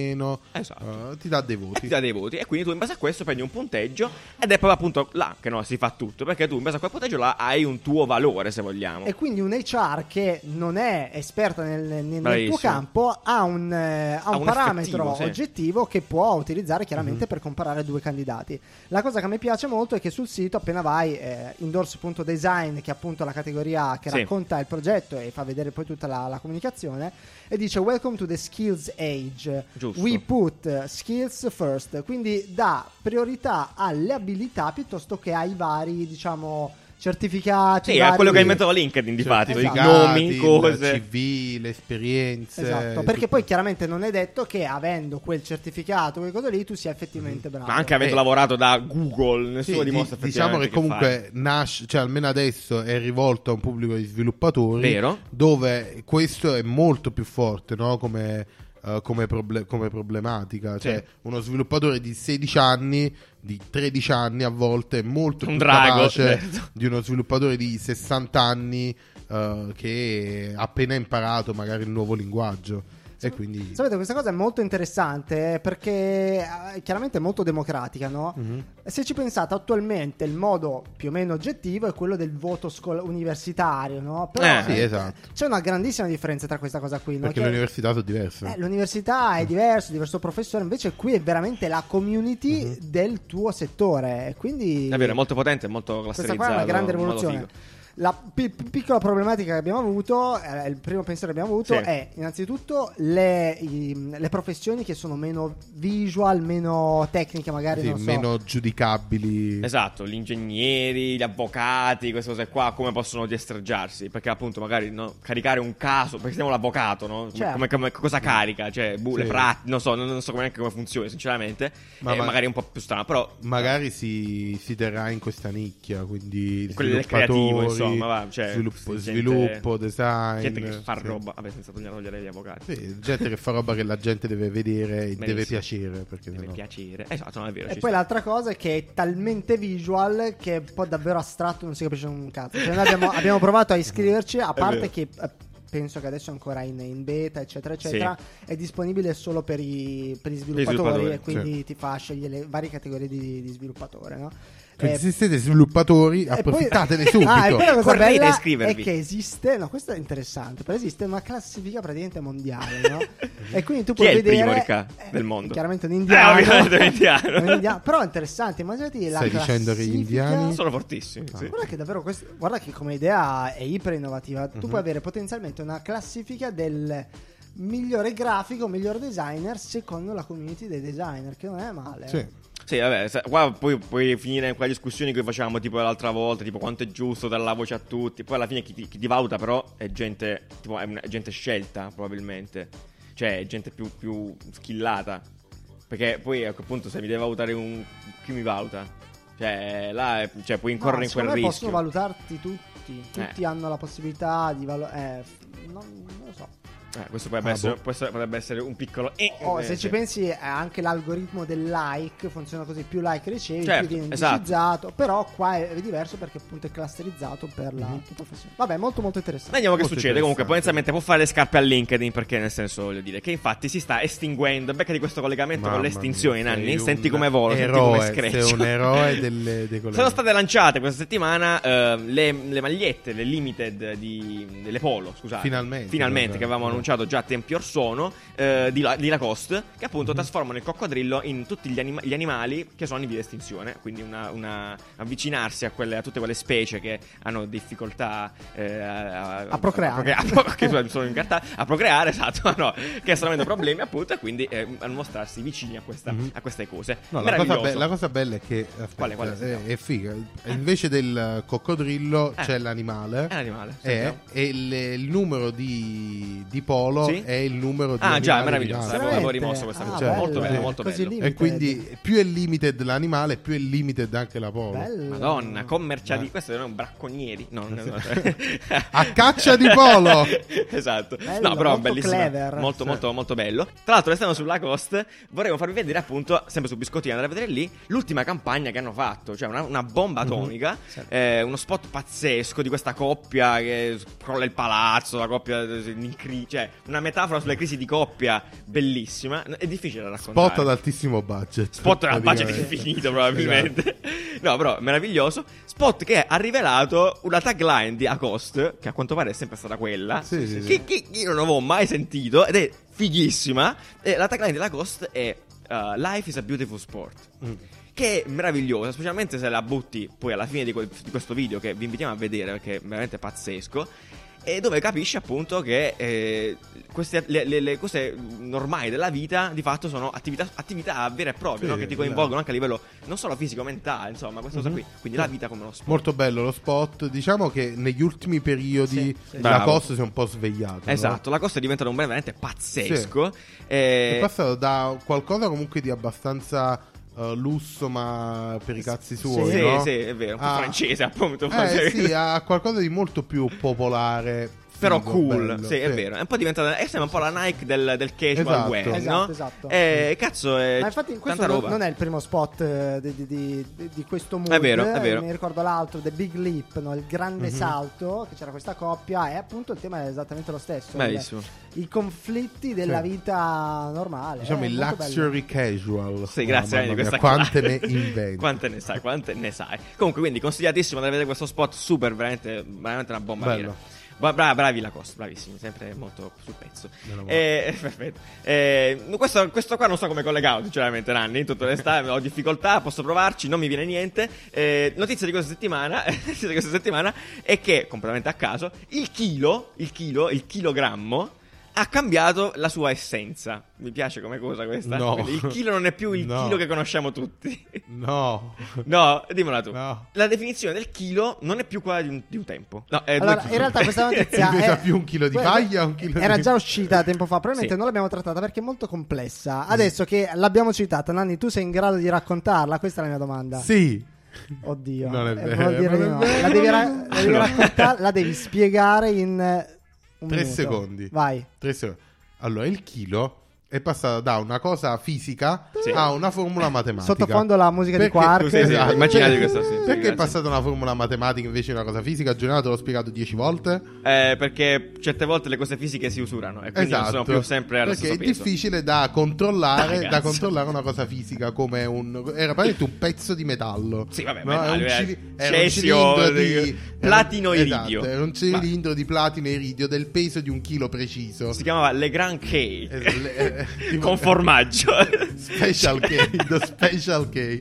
A: Esatto.
C: eh, ti dà dei
A: e
C: voti.
A: ti dà dei voti e quindi tu in base a questo prendi un punteggio punteggio. Ed è proprio appunto là che no, si fa tutto. Perché tu in base a quel punteggio là hai un tuo valore, se vogliamo.
B: E quindi un HR che non è esperta nel, nel- nel
A: Bravissimo.
B: tuo campo ha un, eh, ha un
A: un
B: parametro
A: effettivo, sì. Mhm.
B: oggettivo che può utilizzare chiaramente per comparare due candidati. La cosa che a me piace molto è che sul sito appena vai eh, indorso.design, che è appunto la categoria che
A: Sì.
B: racconta il progetto e fa vedere poi tutta la, la comunicazione, e dice Welcome to the Skills Age.
A: Giusto.
B: We put skills first, quindi dà priorità alle abilità piuttosto che ai vari, diciamo, certificati.
A: Sì, è
B: vari-
A: quello che ha inventato LinkedIn di fatto, i
B: Certificati,
A: nomi,
C: Cioè, esatto. il
A: cose.
C: CV, le esperienze.
B: Esatto, perché
C: tutto.
B: poi chiaramente non è detto che avendo quel certificato, quel cosa lì, tu sia effettivamente bravo.
A: Ma anche avendo
C: Eh.
A: lavorato da Google, nessuno
C: Sì,
A: dimostra
C: di- diciamo che
A: effettivamente fai.
C: comunque nasce, cioè almeno adesso è rivolto a un pubblico di sviluppatori
A: Vero.
C: dove questo è molto più forte no? come, eh, come proble- come problematica. Cioè, uno sviluppatore di 16 anni, di 13 anni a volte è molto
A: Un
C: più
A: drago,
C: capace
A: certo.
C: di uno sviluppatore di 60 anni eh, che ha appena imparato magari il nuovo linguaggio. E quindi
B: Sapete, questa cosa è molto interessante perché eh, chiaramente è molto democratica, no? Se ci pensate, attualmente il modo più o meno oggettivo è quello del voto scol- universitario, no?
A: Eh,
C: sì, esatto.
B: C'è una grandissima differenza tra questa cosa qui, no?
C: perché
B: Che-
C: l'università sono diverse.
B: Eh, l'università è diverso, diverso professore, invece qui è veramente la community del tuo settore, quindi...
A: È vero, è molto potente, è molto
B: Questa
A: clusterizzato.
B: qua è una grande
A: in modo
B: rivoluzione.
A: figo.
B: La pi- pi- piccola problematica che abbiamo avuto, eh, il primo pensiero che abbiamo avuto
A: Sì.
B: è innanzitutto le, i- le professioni che sono meno visual, meno tecniche magari,
C: Sì,
B: non so.
C: meno giudicabili.
A: Esatto, gli ingegneri, gli avvocati, queste cose qua, come possono destreggiarsi? Perché appunto magari no, caricare un caso, perché siamo l'avvocato, no? Come,
B: Certo.
A: come- come- cosa carica? Cioè, boh, le
C: Sì.
A: pratiche, non so, non, non so neanche come funzioni, sinceramente.
C: Ma
A: Eh,
C: ma-
A: magari è un po' più strano, però...
C: magari si, si terrà in questa nicchia, quindi
A: Quello eh, del
C: sviluppatori,
A: creativo, insomma, va, cioè,
C: sviluppo,
A: gente-
C: sviluppo, design,
A: Gente che fa
C: sì.
A: roba, vabbè, senza togliere togliere gli avvocati.
C: Sì, gente che fa roba che la gente deve vedere e
A: Benissimo.
C: deve piacere, perché
A: Deve
C: sennò-
A: piacere. Esatto, non è vero.
B: E
A: ci
B: poi
A: sta.
B: l'altra cosa è che è talmente visual che è un po' davvero astratto, non si capisce un cazzo. Cioè, noi abbiamo, abbiamo provato a iscriverci, a parte
A: vero.
B: che eh, penso che adesso è ancora in, in beta, eccetera, eccetera, è disponibile solo per i, per gli sviluppatori,
A: sviluppatori,
B: e quindi ti fa scegliere le varie categorie di, di sviluppatore, no?
C: Quindi
B: Eh,
C: se siete sviluppatori,
B: e poi-
C: approfittatene subito.
B: Ah, e poi la cosa
A: Correte a
B: bella è
A: iscrivervi.
B: che esiste, no, questo è interessante, però esiste una classifica praticamente mondiale, no? e quindi tu
A: Chi
B: puoi
A: è il
B: vedere
A: primo, Ricca, del mondo?
B: Chiaramente un
A: Eh,
B: indiano.
A: ovviamente un indiano.
B: Un indiano. Però è interessante, immaginati la
C: Stai
B: classifica.
C: dicendo che gli indiani-
A: Sono fortissimi, sì.
C: Ah.
B: Guarda che davvero questo- guarda che come idea è iper innovativa.
C: Mhm.
B: Tu puoi avere potenzialmente una classifica del migliore grafico, miglior designer secondo la community dei designer, che non è male.
C: Sì.
A: Sì, vabbè, se- qua poi puoi finire in quelle discussioni che facevamo tipo l'altra volta, tipo quanto è giusto dare la voce a tutti. Poi alla fine chi ti, chi ti valuta però è gente, tipo, è una- è gente scelta probabilmente, cioè è gente più, più skillata. Perché poi a quel punto se mi deve valutare un... chi mi valuta? Cioè là è- cioè, puoi incorrere
B: No,
A: in quel
B: Ah, secondo me
A: rischio. Eh.
B: possono valutarti tutti. Tutti hanno la possibilità di valutare. Eh, f- non, non lo so.
A: Eh, questo potrebbe,
C: Ah,
A: essere,
C: boh.
A: questo potrebbe essere un piccolo... eh,
B: Oh,
A: eh,
B: se ci
A: sì.
B: pensi, eh, anche l'algoritmo del like funziona così: più like ricevi,
A: Certo,
B: più viene
A: esatto.
B: indicizzato. Però qua è, è diverso perché appunto è clusterizzato per la tua professione. Vabbè, molto molto interessante.
A: Vediamo che
C: Molto
A: succede. Comunque,
C: interessante.
A: potenzialmente può fare le scarpe a LinkedIn. Perché, nel senso, voglio dire, che infatti si sta estinguendo. Becca di questo collegamento
C: Mamma
A: con l'estinzione,
C: mia,
A: Nanni.
C: sei
A: Senti
C: un
A: come volo,
C: eroe,
A: senti come
C: Sei
A: screccio.
C: un eroe delle, dei colori.
A: Sono state lanciate questa settimana eh, le, le magliette, le limited di, delle Polo, scusate.
C: Finalmente.
A: Finalmente,
C: Eh, vabbè.
A: che avevamo annunciato già a tempi or sono, eh, di, La- di Lacoste, che appunto
C: Mhm.
A: trasformano il coccodrillo in tutti gli, anima- gli animali che sono in via di estinzione. Quindi una, una- avvicinarsi a, quelle- a tutte quelle specie che hanno difficoltà eh, a,
B: A procreare.
A: A procreare, che sono- sono in carta, a procreare, esatto, ma no, che stanno avendo problemi appunto e quindi eh, a mostrarsi vicini a, questa- a queste cose.
C: Mhm. No, la, cosa be-
A: Meraviglioso.
C: la cosa bella è che aspetta,
A: Quale- quale
C: è,
A: sentiamo?
C: è figa. Invece del coccodrillo
A: Eh.
C: c'è l'animale.
A: È un animale.
C: è,
A: sentiamo.
C: e il, il numero di, di polo
A: Sì?
C: è il numero di
A: Ah, già,
C: animali
A: meraviglioso.
C: rimasti.
A: L'avevo, l'avevo rimosso questa
B: Ah,
A: cosa.
C: bello,
A: molto bello,
C: eh.
A: molto
B: Così
A: bello.
B: lì-
C: E quindi più è limited l'animale, più è limited anche la polo.
B: Bello.
A: Madonna,
C: Eh.
A: commerciali. Questo non è un bracconieri. No, no, no.
C: A caccia di polo!
A: esatto.
B: Bello,
A: no, però
B: molto
A: bellissimo.
B: clever.
A: Molto,
B: Sì.
A: molto, molto bello. Tra l'altro, restando sulla costa, vorremmo farvi vedere, appunto, sempre su Biscotti, andare a vedere lì l'ultima campagna che hanno fatto. Cioè, una, una bomba
C: Mhm.
A: atomica.
C: Certo.
A: eh, uno spot pazzesco di questa coppia che crolla il palazzo. La coppia in cioè, una metafora sulle crisi di coppia bellissima. È difficile da raccontare.
C: Spot ad altissimo budget.
A: Spot a budget
C: praticamente.
A: infinito probabilmente. Esatto. No, però meraviglioso. Spot che ha rivelato una tagline di Acost, che a quanto pare è sempre stata quella,
C: Sì, sì,
A: che,
C: sì.
A: che io non avevo mai sentito ed è fighissima. E la tagline dell'Acost è eh, Life is a beautiful sport. Che è meravigliosa, specialmente se la butti poi alla fine di, quel- di questo video che vi invitiamo a vedere perché è veramente pazzesco. E dove capisci appunto che eh, queste, le, le- le cose normali della vita di fatto sono attività, attività vere e proprie,
C: Sì,
A: no? che ti
C: esatto. Mhm.
A: coinvolgono anche a livello non solo fisico-mentale, insomma, questa cosa qui. Quindi la vita come lo sport.
C: Molto bello lo spot. Diciamo che negli ultimi periodi
A: Sì, sì.
C: la
A: Bravo.
C: Costa si è un po' svegliata. no?
A: Esatto, la cosa è diventata un brand veramente pazzesco. Eh,
C: È
A: E...
C: passato da qualcosa comunque di abbastanza eh, lusso, ma per i cazzi suoi.
A: sì,
C: no?
A: sì, è vero, un po'
C: Ah.
A: francese appunto.
C: Eh sì, ha qualcosa di molto più popolare.
A: Però
C: figo,
A: cool,
C: bello,
A: sì, è vero. È un po' diventata. È sempre un po' la Nike del, del casual
C: Esatto.
A: wear, no?
B: Esatto, esatto.
A: Eh, cazzo, è
B: Ma infatti questo
A: tanta
B: non,
A: roba.
B: non è il primo spot eh, di, di- di- di- di questo mood.
A: È vero, è
B: Eh,
A: vero. Mhm.
B: Mi ricordo l'altro, The Big Leap, no? il grande salto, che c'era questa coppia e appunto il tema è esattamente lo stesso.
A: Bellissimo.
B: Il- I conflitti della
C: Sì.
B: vita normale.
C: Diciamo
B: Eh,
C: il
B: molto bello.
C: luxury casual.
A: Sì, grazie.
C: Ah,
A: Andy,
C: mamma
A: questa
C: mia, Quante
A: qua.
C: ne inventi.
A: quante ne sai, quante ne sai. Comunque, quindi, consigliatissimo andare a vedere questo spot super, veramente, veramente una bomba.
C: Bello.
A: vera. Bra- bra- bravi Lacoste, bravissimi, sempre molto sul pezzo.
C: Meno male.
A: Eh, perfetto. Eh, questo, questo qua non so come collegato, sinceramente, Nanni. Tutto l'estate ho difficoltà, posso provarci, non mi viene niente. Eh, notizia di questa settimana, notizia di questa settimana è che, completamente a caso, il chilo, il chilo, il chilogrammo ha cambiato la sua essenza. Mi piace come cosa questa.
C: No.
A: Quindi Il chilo non è più il
C: No.
A: chilo che conosciamo tutti.
C: No.
A: No, dimmela tu.
C: No.
A: La definizione del chilo non è più quella di un, di un tempo. No, è due
B: Allora,
A: chili.
B: in realtà questa notizia
C: Pesa
B: è-
C: più un chilo di
B: quella-
C: paglia o un chilo
B: era
C: di-
B: già uscita tempo fa, probabilmente
A: Sì.
B: non l'abbiamo trattata perché è molto
C: Mm.
B: complessa. Adesso che l'abbiamo citata, Nanni, tu sei in grado di raccontarla? Questa è la mia domanda.
C: Sì.
B: Oddio,
C: Non è
B: eh,
C: vero,
B: vuol dire
C: non è
B: di no.
C: vero.
B: La devi, ra- la devi raccontare, la devi spiegare in eh, un
C: Tre
B: minuto.
C: secondi.
B: Vai.
C: Tre secondi. Allora, il chilo è passato da una cosa fisica
A: Sì.
C: a una formula matematica.
B: Sottofondo la musica di
C: Perché-
B: Quark.
A: Sì, sì,
C: Esatto.
A: immaginate questa sì, sì,
C: Perché
A: grazie.
C: è passata una formula matematica invece di una cosa fisica? Giuliano te l'ho spiegato dieci volte.
A: Eh, perché certe volte le cose fisiche si usurano e quindi non sono più sempre allo
C: Esatto. perché è
A: stesso peso.
C: difficile da controllare,
A: Dai,
C: da
A: cazzo.
C: controllare una cosa fisica come un era praticamente un pezzo di metallo.
A: Sì, vabbè,
C: No,
A: metallo,
C: era un,
A: eh.
C: cili- era un
A: Cesio,
C: cilindro
A: eh,
C: di
A: platino
C: era-
A: iridio.
C: Esatto, era un cilindro di platino iridio del peso di un chilo preciso.
A: Si chiamava Le Grand Cake
C: Eh, le- eh, tipo-
A: con formaggio.
C: Special K, the Special K.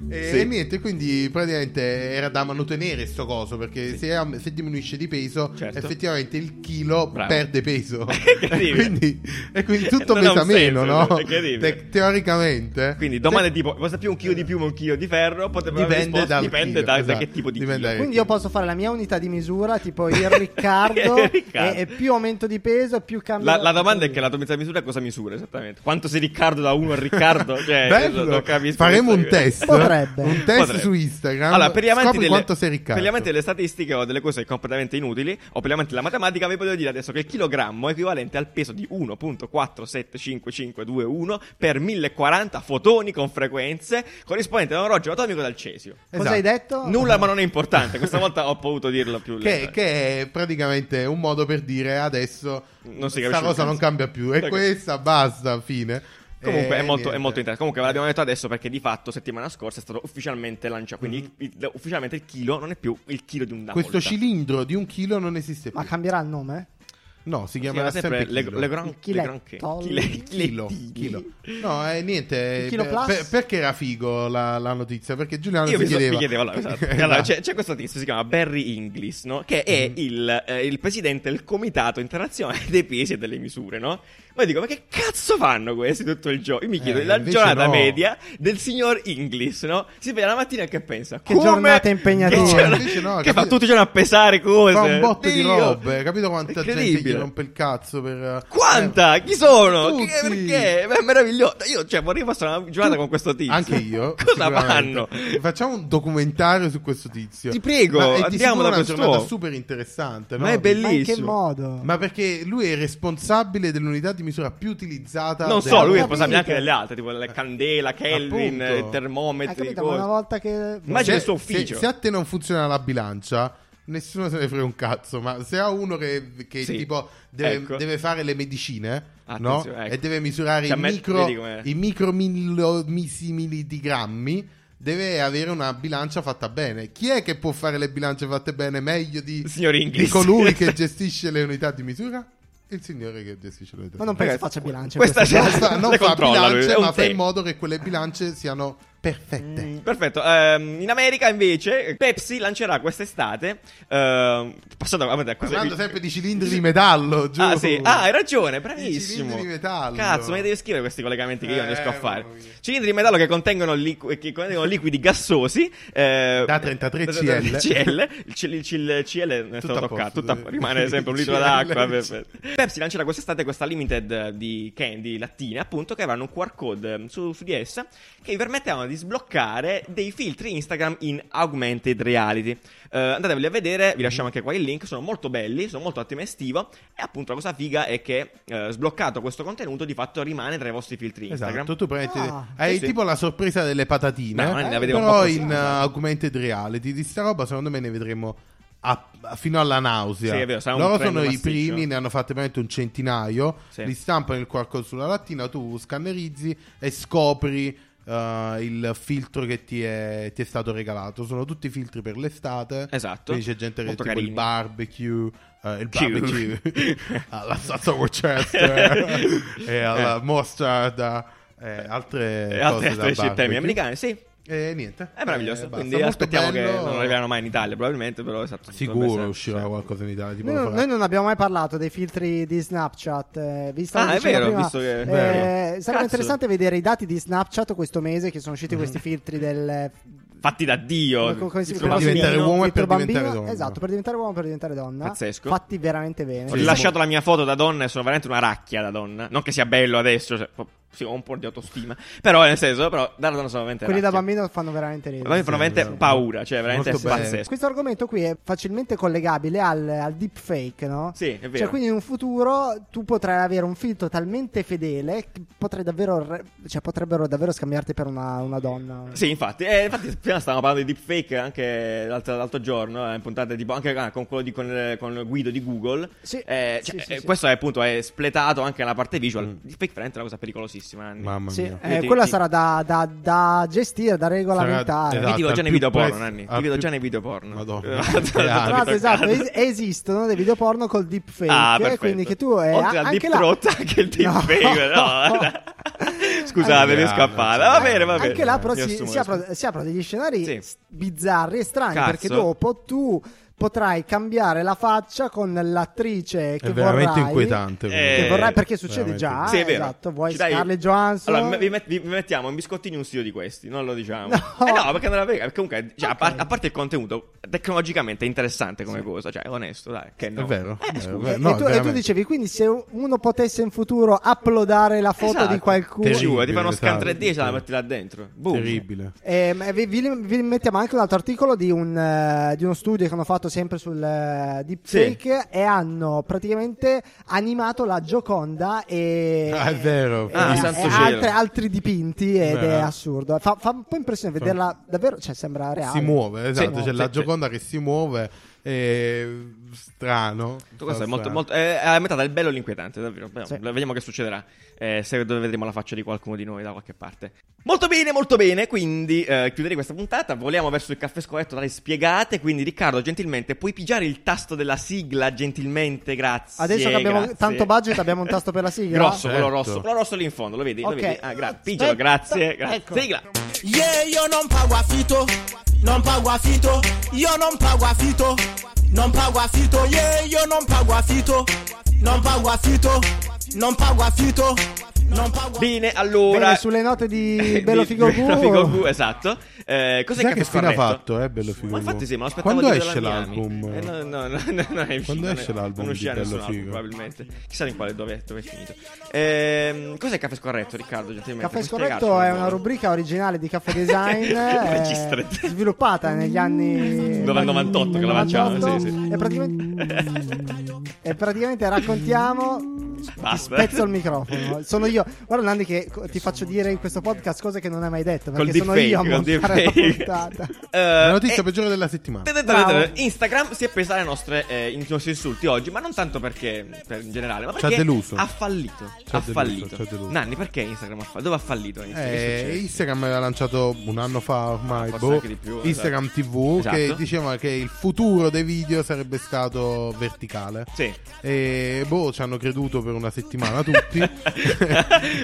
C: E,
A: Sì.
C: e niente, quindi praticamente era da mantenere sto coso, perché se, am- se diminuisce di peso,
A: Certo.
C: effettivamente il chilo
A: Bravo.
C: perde peso. e,
A: Incredibile.
C: quindi, e quindi tutto
A: Non ha un
C: pesa meno,
A: senso,
C: no?
A: è incredibile.
C: Te- teoricamente.
A: Quindi domande
C: Se-
A: tipo, costa più un chilo di piuma o un chilo di ferro? Potrebbe aver
C: Dipende,
A: risposto,
C: dal
A: dipende
C: chilo,
A: da, da
C: esatto.
A: che tipo di
C: Dipende
A: chilo.
C: dal
B: Quindi io posso fare la mia unità di misura, tipo il Riccardo,
A: Il Riccardo.
B: e, e più aumento di peso, più cambio.
A: La, la domanda è che la tua mezza misura cosa misura esattamente? Quanto sei Riccardo da 1 a Riccardo? Cioè,
C: Bello.
A: non capisco
C: Faremo un
A: questa-
C: test.
B: Potrebbe.
C: Un test
A: Potrebbe.
C: su Instagram.
A: Allora, per gli amanti,
C: Scopri
A: delle,
C: quanto sei riccato.
A: per gli amanti delle statistiche o delle cose completamente inutili, o per gli amanti della matematica, vi voglio dire adesso che il chilogrammo è equivalente al peso di 1.475521 per 1040 fotoni con frequenze corrispondente all'orologio atomico del cesio.
B: Cosa hai
C: Esatto.
B: detto?
A: Nulla, ma non è importante. Questa volta ho potuto dirlo più
C: Che,
A: lento.
C: che è praticamente un modo per dire adesso
A: Non si
C: questa
A: capisce
C: cosa
A: un
C: non
A: cazzo.
C: cambia più. E
A: Ok.
C: questa basta, fine.
A: Comunque
C: E
A: è, molto, è
C: Eh, niente.
A: molto interessante. Comunque ve l'abbiamo detto adesso perché di fatto settimana scorsa è stato ufficialmente lanciato. Quindi il- il- ufficialmente il chilo non è più il chilo di un volta.
C: Mm-hmm. Questo cilindro di un chilo non esiste più.
B: Ma cambierà il nome?
C: No, si
A: Si chiama
C: chiamerà
A: sempre le,
C: chilo.
A: le gran,
B: Il
A: le gran che.
B: chiletto.
A: Chile-
B: Il
C: Chilo,
A: chilettini.
C: chilo. No, eh, niente.
B: Il chilo
C: eh,
B: plus?
C: per- perché era figo la, la notizia? Perché Giuliano
A: Io
C: si
A: mi, so-
C: chiedeva.
A: mi chiedevo, allora, esatto.
C: Esatto.
A: Allora, c'è, c'è questo tizio, si chiama Barry Inglis, no? che è
C: Mm-hmm.
A: il, eh, il presidente del Comitato Internazionale dei Pesi e delle Misure, no? Ma io dico, ma che cazzo fanno questi tutto il giorno? Io mi chiedo,
C: Eh,
A: la
C: invece
A: giornata
C: no.
A: media del signor Inglis, no? Si vede la mattina e che pensa?
B: Che
A: Come-
B: giornata
A: Che,
B: impegnativa.
A: giornata-
C: Invece no,
A: che
C: capito?
A: fa tutti i giorni a pesare cose.
C: Fa un botto di
A: Dio!
C: robe, capito quanta gente gli
A: Incredibile.
C: rompe il cazzo per... eh,
A: Quanta? Chi sono? Che-
C: Tutti.
A: perché? Beh, È meraviglioso. Io, cioè, vorrei passare una giornata con questo tizio.
C: eh, Anche io.
A: Cosa
C: sicuramente.
A: fanno?
C: Facciamo un documentario su questo tizio.
A: Ti prego,
C: Ma è di
A: andiamo
C: sicuro
A: da
C: una
A: quest'uomo.
C: giornata super interessante.
A: Ma
C: no?
A: è
B: Ma in che
A: bellissimo.
B: modo?
C: Ma perché lui è responsabile dell'unità di misura più utilizzata.
A: Non
C: della-
A: so, lui è
B: Ho
A: responsabile anche
B: capito.
A: delle altre, tipo la candela, Kelvin,
C: Appunto.
A: eh,
B: Hai
A: termometri,
B: capito? Ma una
A: cose.
B: volta che.
A: Immagina il suo
C: se,
A: ufficio.
C: se a te non funziona la bilancia, nessuno se ne frega un cazzo, ma se ha uno che, che
A: Sì,
C: tipo deve,
A: ecco.
C: deve fare le medicine no?
A: Attenzione, ecco.
C: e deve misurare
A: Cioè,
C: i
A: met-
C: micro,
A: vedi com'è?
C: i micro milligrammi, deve avere una bilancia fatta bene. Chi è che può fare le bilance fatte bene meglio di,
A: Signor
C: di
A: Inglis.
C: colui che gestisce le unità di misura? Il signore che gestisce le unità
B: Ma
C: di
B: non penso
C: misura.
B: faccia bilancio. in
A: Questa c'è
B: questo
C: Non fa, non
A: le
C: fa
A: controlla lui,
C: bilance,
A: è un Mm.
C: ma fa in
A: tecnico.
C: modo che quelle bilance siano perfette.
A: Perfetto, ehm, in America invece Pepsi lancererà quest'estate. ehm, passando vabbè, da cose-
C: Parlando sempre di cilindri di metallo, giuro.
A: Ah, sì. Ah, hai ragione,
C: I
A: bravissimo.
C: cilindri di metallo.
A: Cazzo, mi devi scrivere questi collegamenti che io non riesco a
C: Eh,
A: fare.
C: mamma mia.
A: Cilindri di metallo che contengono, liqu- che contengono liquidi gassosi. eh,
C: Da 33
A: da
C: CL.
A: CL. Il, C- il C- il CL non è stato
C: Tutto a posto,
A: toccato. tutto a-
C: dai.
A: rimane sempre un litro
C: CL.
A: d'acqua. perfetto. Pepsi lancerà quest'estate questa limited eh, di candy lattine, appunto, che avranno un QR code eh, su, su di essa che vi permetteranno di sbloccare dei filtri Instagram in augmented reality. Eh, andateveli a vedere, vi lasciamo anche qua il link, sono molto belli, sono molto ottimo estivo e appunto la cosa figa è che eh, sbloccato questo contenuto di fatto rimane tra i vostri filtri Instagram.
C: Esatto, tu prendi,
B: Ah,
C: hai
A: sì, sì.
C: tipo la sorpresa delle patatine,
A: Beh, ma ne
C: eh,
A: vedevo un po'
C: però
A: così.
C: in uh, augmented reality di sta roba secondo me ne vedremo a- a- fino alla nausea.
A: Sì, è vero, sarà un
C: Loro
A: trend
C: sono i
A: massiccio.
C: primi, ne hanno fatte veramente un centinaio,
A: Sì.
C: li stampano il QR code sulla lattina, tu scannerizzi e scopri uh, il filtro che ti è, ti è stato regalato. Sono tutti filtri per l'estate.
A: Esatto.
C: Quindi c'è gente che
A: Molto
C: tipo il
A: carini.
C: barbecue, eh, il
A: Chiù.
C: barbecue alla salsa Worcester e alla mostarda e eh, altre,
A: E Eh, altre,
C: cose da
A: altre città
C: barbecue.
A: americane, sì,
C: E niente.
A: è meraviglioso.
C: Eh, basta.
A: Quindi
C: Molto
A: aspettiamo
C: bello.
A: che non arriveranno mai in Italia, probabilmente, però esatto.
C: Sicuro uscirà qualcosa in Italia. tipo
B: Noi,
C: lo
B: non-
C: farà.
B: noi non abbiamo mai parlato dei filtri di Snapchat. eh, vi stavo
A: Ah, è
B: dicendo
A: vero,
B: prima,
A: visto che-
B: eh,
A: vero.
B: sarebbe
A: Cazzo. Mhm.
B: interessante vedere i dati di Snapchat questo mese che sono usciti questi filtri del
A: Fatti da Dio.
B: co- come si-
A: Filtro
C: Per
B: come si
A: bambino.
C: diventare
B: chiama?
C: uomo e
B: Filtro
C: per diventare
B: bambino?
C: donna.
B: Esatto, per diventare uomo e per diventare donna.
A: Pazzesco.
B: Fatti veramente bene.
A: Ho
B: Sì.
A: rilasciato la mia foto da donna e sono veramente una racchia da donna. Non che sia bello adesso, cioè, po- sì, ho un po' di autostima. Però, nel senso, però, da donna sono veramente.
B: Quelli da
A: racchia.
B: bambino fanno veramente
A: A
B: ridere.
A: me fanno veramente paura, cioè, veramente
C: Molto bello.
A: pazzesco.
B: Eh, Questo argomento qui è facilmente collegabile al, al deepfake, no?
A: Sì, è vero.
B: Cioè, quindi in un futuro tu potrai avere un filtro talmente fedele che potrai davvero re- cioè, potrebbero davvero scambiarti per una, una donna.
A: Sì, infatti, Eh, infatti prima stavamo parlando di deepfake anche l'altro, l'altro giorno, eh, in puntata tipo anche ah, con quello di, con, eh, con Guido di Google.
B: Sì.
A: Eh,
B: Sì,
A: cioè,
B: sì,
A: eh,
B: sì. Mm.
A: Questo è appunto è spletato anche nella parte visual. Deepfake veramente è una cosa pericolosissima. Anni.
C: Mamma
B: Sì,
C: mia.
B: eh,
A: Ti-
B: quella
A: ti-
B: sarà da, da- da gestire, da regolamentare.
C: esatto.
A: Io ti vedo già
C: al
A: nei
C: più
A: video porno,
C: presto-
A: Nanni.
C: al
A: Ti vedo
C: più-
A: già nei video porno.
C: Madonna.
A: Eh, tanto
C: Tra
B: Tra l'altro,
A: toccato.
B: esatto, es- esistono dei video porno col deepfake.
A: Ah, perfetto.
B: quindi che tu eh,
A: Oltre
B: a-
A: al
B: anche
A: deep
B: là-
A: throat, anche il deepfake. No. no. Scusate, mi è
C: Anche-
A: scappata. Va bene, va bene.
B: Anche là, però,
A: Mi
B: si,
A: assumo
B: si
A: le
B: apro-
A: scuse.
B: si aprono degli scenari
A: Sì.
B: s- bizzarri e strani.
A: Cazzo.
B: Perché dopo tu potrai cambiare la faccia con l'attrice che
C: È veramente
B: vorrai.
C: inquietante.
A: Eh,
B: Che
C: comunque.
B: vorrai, perché succede
C: Veramente.
B: già.
A: Sì, è vero.
B: Esatto, vuoi
A: Ci dai-
B: Scarlett Johansson.
A: Allora, vi, met- vi- vi mettiamo in biscottini un sito di questi, non lo diciamo.
B: No.
A: Eh no, perché non la vega. perché Comunque, cioè, a, par-
B: Ok.
A: a parte il contenuto, tecnologicamente è interessante come cosa, cioè, è onesto, dai. Che no.
C: È vero.
A: Eh,
C: È
A: scusa.
C: vero.
B: E-
C: No,
B: e, tu, e tu
C: veramente.
B: dicevi, quindi se uno potesse in futuro uploadare la foto
A: Esatto.
B: di qualcuno...
A: Ti giuro, ti fanno uno scan
C: Terribile,
A: 3D e ce la
C: esatto.
A: metti là dentro. Boom.
C: Terribile.
B: Eh, ma vi, vi- vi mettiamo anche un altro articolo di, un, eh, di uno studio che hanno fatto sempre sul eh, deepfake e hanno praticamente animato la Gioconda e,
C: Ah, è vero.
B: e-
A: Ah,
B: e
A: santo cielo.
B: altre- altri dipinti ed
C: Beh.
B: è assurdo. Fa, fa un po' impressione vederla davvero, cioè sembra reale.
C: Si muove, esatto.
A: Sì.
C: C'è la
A: Sì, sì.
C: Gioconda che si muove. È strano.
A: Tutto questo è
C: Fa
A: molto,
C: strano.
A: molto, eh, a metà del bello e l'inquietante, davvero. Beh,
B: Sì.
A: Vediamo che succederà. eh, se dove vedremo la faccia di qualcuno di noi da qualche parte. Molto bene, molto bene. Quindi eh, chiuderei questa puntata. Voliamo verso il caffè scorretto dalle spiegate. Quindi, Riccardo, gentilmente, puoi pigiare il tasto della sigla, gentilmente, grazie.
B: Adesso che abbiamo
A: grazie.
B: tanto budget, abbiamo un tasto per la sigla?
A: Grosso, quello
C: Certo.
A: rosso. Quello rosso lì in fondo, lo vedi?
B: Ok.
A: Lo vedi? Ah, gra-
B: Aspetta,
A: pigialo, grazie. grazie.
B: ecco.
A: Sigla.
F: Yeah, yo non pa guafito, non pa guafito, yo non pa guafito, non pa guafito, yeah, yo non pa guafito, non pa guafito, non pa guafito, non pa guafito.
A: Bene, allora.
B: Bene, sulle note di Eh, Bello
A: Di-
B: Figo
A: di Eh, Bello Figo Gu,
B: Gu.
A: esatto. Eh, cos'è
C: Chissà
A: che
C: che fine ha
A: scorretto?
C: fatto, eh, Bello Figo
A: Ma infatti
C: Gu.
A: sì, me l'aspettavo
C: Quando
A: di vederla
C: esce
A: a Miami.
C: l'album?
A: Eh, no, no, no, no, no, è uscito,
C: Quando
A: non è-
C: esce l'album
A: Non
C: di
A: uscirà
C: Bello
A: nessun album,
C: Figo?
A: probabilmente. Chissà in quale dove, dove è finito. Ehm, cos'è Caffè Scorretto, Riccardo? gentilmente?
B: Caffè
A: Puoi
B: Scorretto
A: spiegarcelo,
B: è
A: per
B: una
A: favore?
B: rubrica originale di Caffè Design eh,
A: Registra.
B: sviluppata negli anni
A: Dove al 98 che la
B: 98,
A: lanciamo, sì, sì.
B: Mm. E praticamente, e praticamente raccontiamo
A: Basta.
B: Spezzo il microfono. Sono io. Guarda, Nandi, che co- ti faccio dire in questo podcast cose che non hai mai detto.
A: Col
B: Perché sono io a
A: deepfake, col
B: montare la
A: deepfake.
B: puntata.
A: Eh,
C: La notizia
A: e-
C: peggiore della settimana.
B: Bravo.
A: Instagram si è presa le nostre, eh, i nostri insulti oggi, ma non tanto perché per- in generale, ma
C: Ci
A: perché
C: ha deluso.
A: ha fallito.
C: Ci ha
A: Ha
C: deluso,
A: fallito.
C: ci ha deluso.
A: Nanni, perché Instagram ha fallito? Dove ha fallito Instagram? Che
C: Eh,
A: succede?
C: Instagram aveva lanciato un anno fa ormai
A: Forse
C: boh,
A: anche di più,
C: Instagram TV
A: Esatto.
C: che diceva che il futuro dei video sarebbe stato verticale.
A: Sì.
C: E boh, ci hanno creduto per una settimana tutti.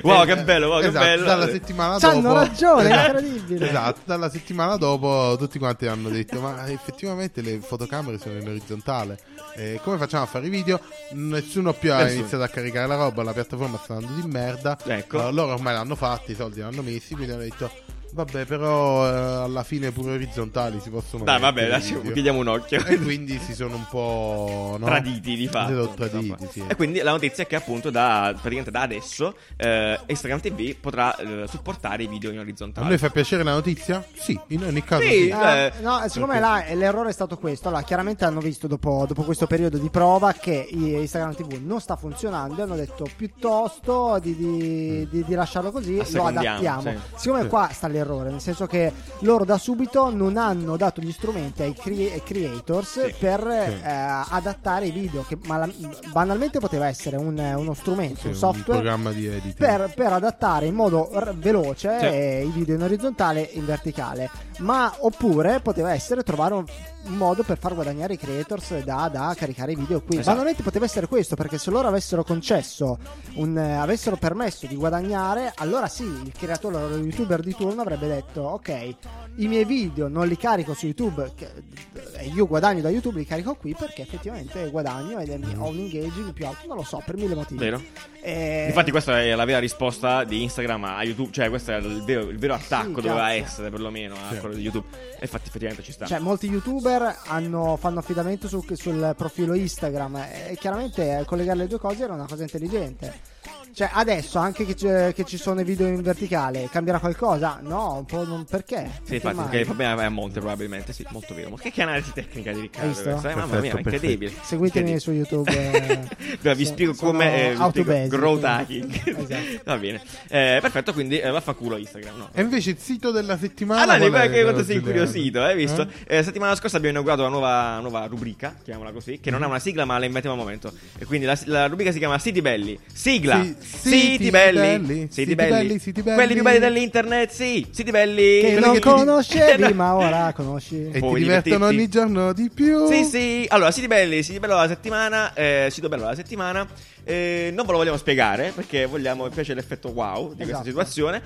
A: Wow, che bello, wow, che
C: Esatto,
A: bello.
C: Dalla settimana
B: C'hanno
C: dopo,
B: ragione, è
C: esatto,
B: incredibile.
C: Esatto, dalla settimana dopo tutti quanti hanno detto: Ma effettivamente le fotocamere sono in orizzontale. Eh, come facciamo a fare i video? Nessuno più ha
A: Nessuno.
C: iniziato a caricare la roba, la piattaforma sta andando di merda.
A: Ecco.
C: Allora, loro ormai l'hanno fatta, i soldi l'hanno messi, quindi hanno detto. Vabbè, però eh, alla fine pure orizzontali si possono
A: Dai, vabbè,
C: mettere i
A: lasciamo-
C: video."
A: chiudiamo un occhio.
C: E quindi si sono un po' no?
A: Traditi di
C: Si sono
A: fatto.
C: traditi,
A: insomma.
C: sì.
A: E quindi la notizia è che appunto da, praticamente da adesso eh, Instagram TV potrà eh, supportare i video in
C: A
A: orizzontale.
C: noi fa piacere la notizia? Sì, in ogni caso.
A: Sì.
B: Eh,
C: sì.
A: Beh,
B: no, secondo me là, eh, l'errore è stato questo. Allora, chiaramente hanno visto dopo, dopo questo periodo di prova che i- Instagram TV non sta funzionando e hanno detto piuttosto di, di- di- di lasciarlo così, lo
A: Assecondiamo,
B: adattiamo.
A: sì.
B: Siccome
C: Sì.
B: qua sta l'errore, nel senso che loro da subito non hanno dato gli strumenti ai cre- ai creators
A: Sì.
B: per
C: Sì.
B: eh, adattare i video, che mala- banalmente poteva essere un- uno strumento,
C: Sì,
B: un
C: un
B: software
C: programma di editing.
B: per, per adattare in modo r- veloce
A: Sì.
B: eh, i video in orizzontale e in verticale. Ma oppure poteva essere trovare un un modo per far guadagnare i creators da, da caricare i video qui.
A: Esatto.
B: Banalmente poteva essere questo, perché se loro avessero concesso, un, eh, avessero permesso di guadagnare, allora sì, il creatore o lo youtuber di turno avrebbe detto: Ok, i miei video non li carico su YouTube che- e io guadagno da YouTube, li carico qui perché effettivamente guadagno ed è- ho un engaging più alto, non lo so, per mille motivi.
A: Mm. Vero?
B: Eh,
A: Infatti, questa è la vera risposta di Instagram a YouTube. Cioè, questo era il vero, il vero attacco,
B: Sì,
A: doveva
B: grazie.
A: essere perlomeno a
C: Sì.
A: quello di YouTube. E infatti, effettivamente ci sta.
B: Cioè, molti youtuber hanno- fanno affidamento sul, sul profilo Instagram eh, e chiaramente eh, collegare le due cose era una cosa intelligente. Cioè, adesso anche che, c'è- che ci sono i video in verticale, cambierà qualcosa? No, un po' non perché.
A: sì,
B: Perché
A: infatti,
B: mai?
A: perché il problema è a monte, probabilmente. Sì, molto vero. Ma che analisi tecnica di Riccardo?
B: Hai visto?
A: questa, eh? mamma
C: Perfetto,
A: mia, è
C: perfetto.
A: incredibile.
B: Seguitemi
A: Incredibile.
B: su YouTube. eh.
A: Dai, vi
B: So-
A: spiego
B: sono
A: come eh, vi spiego
B: autobasic.
A: growth hacking.
B: Esatto.
A: Va bene. Eh, perfetto, quindi eh, vaffanculo Instagram. No.
C: E invece il sito della settimana.
A: Allora,
C: qual è,
A: guarda che quanto sei
C: Giuliano?
A: incuriosito, hai visto?
C: Eh?
A: Eh, settimana scorsa abbiamo inaugurato una nuova, nuova rubrica, chiamiamola così, che non ha una sigla ma la inventiamo al momento. E quindi la, la rubrica si chiama Siti Belli. Sigla!
C: Sì,
A: siti,
C: siti
A: belli.
C: belli,
A: Siti
C: siti
A: belli!
C: belli, siti belli.
A: Quelli più belli dell'internet, sì! Siti Belli!
B: Che
C: Quelli
B: non
C: che ti-
A: Esatto.
B: conoscevi, ma ora conosci.
C: E
A: Puoi
C: ti divertono
A: divertirti.
C: ogni giorno di più.
A: Sì, sì. Allora, siti belli, siti bello della settimana, eh, sito bello della settimana. Eh, non ve lo vogliamo spiegare perché vogliamo invece l'effetto wow di questa
B: Esatto.
A: situazione.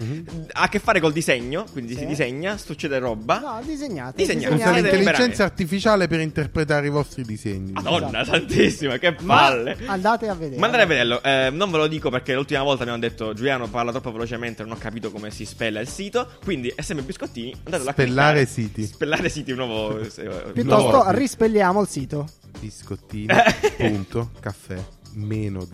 A: Ha a che fare col disegno, quindi
B: Sì.
A: si disegna, succede roba.
B: No, disegnate.
A: Disegnate. Segnale
C: Usa
A: veramente. Ah,
C: l'intelligenza artificiale per interpretare i vostri disegni.
A: Madonna
B: Esatto.
A: santissima, che
B: Ma
A: palle!
B: andate a vedere.
A: Ma andate a vederlo, eh, non ve lo dico perché l'ultima volta abbiamo detto Giuliano parla troppo velocemente, non ho capito come si spella il sito, quindi SM Biscottini andatelo
C: Spellare
A: a cliccare.
C: siti.
A: Spellare siti, un nuovo... eh,
B: Piuttosto
A: nuovo-
C: No.
B: rispelliamo il sito.
C: Eh. Biscottini.caffè meno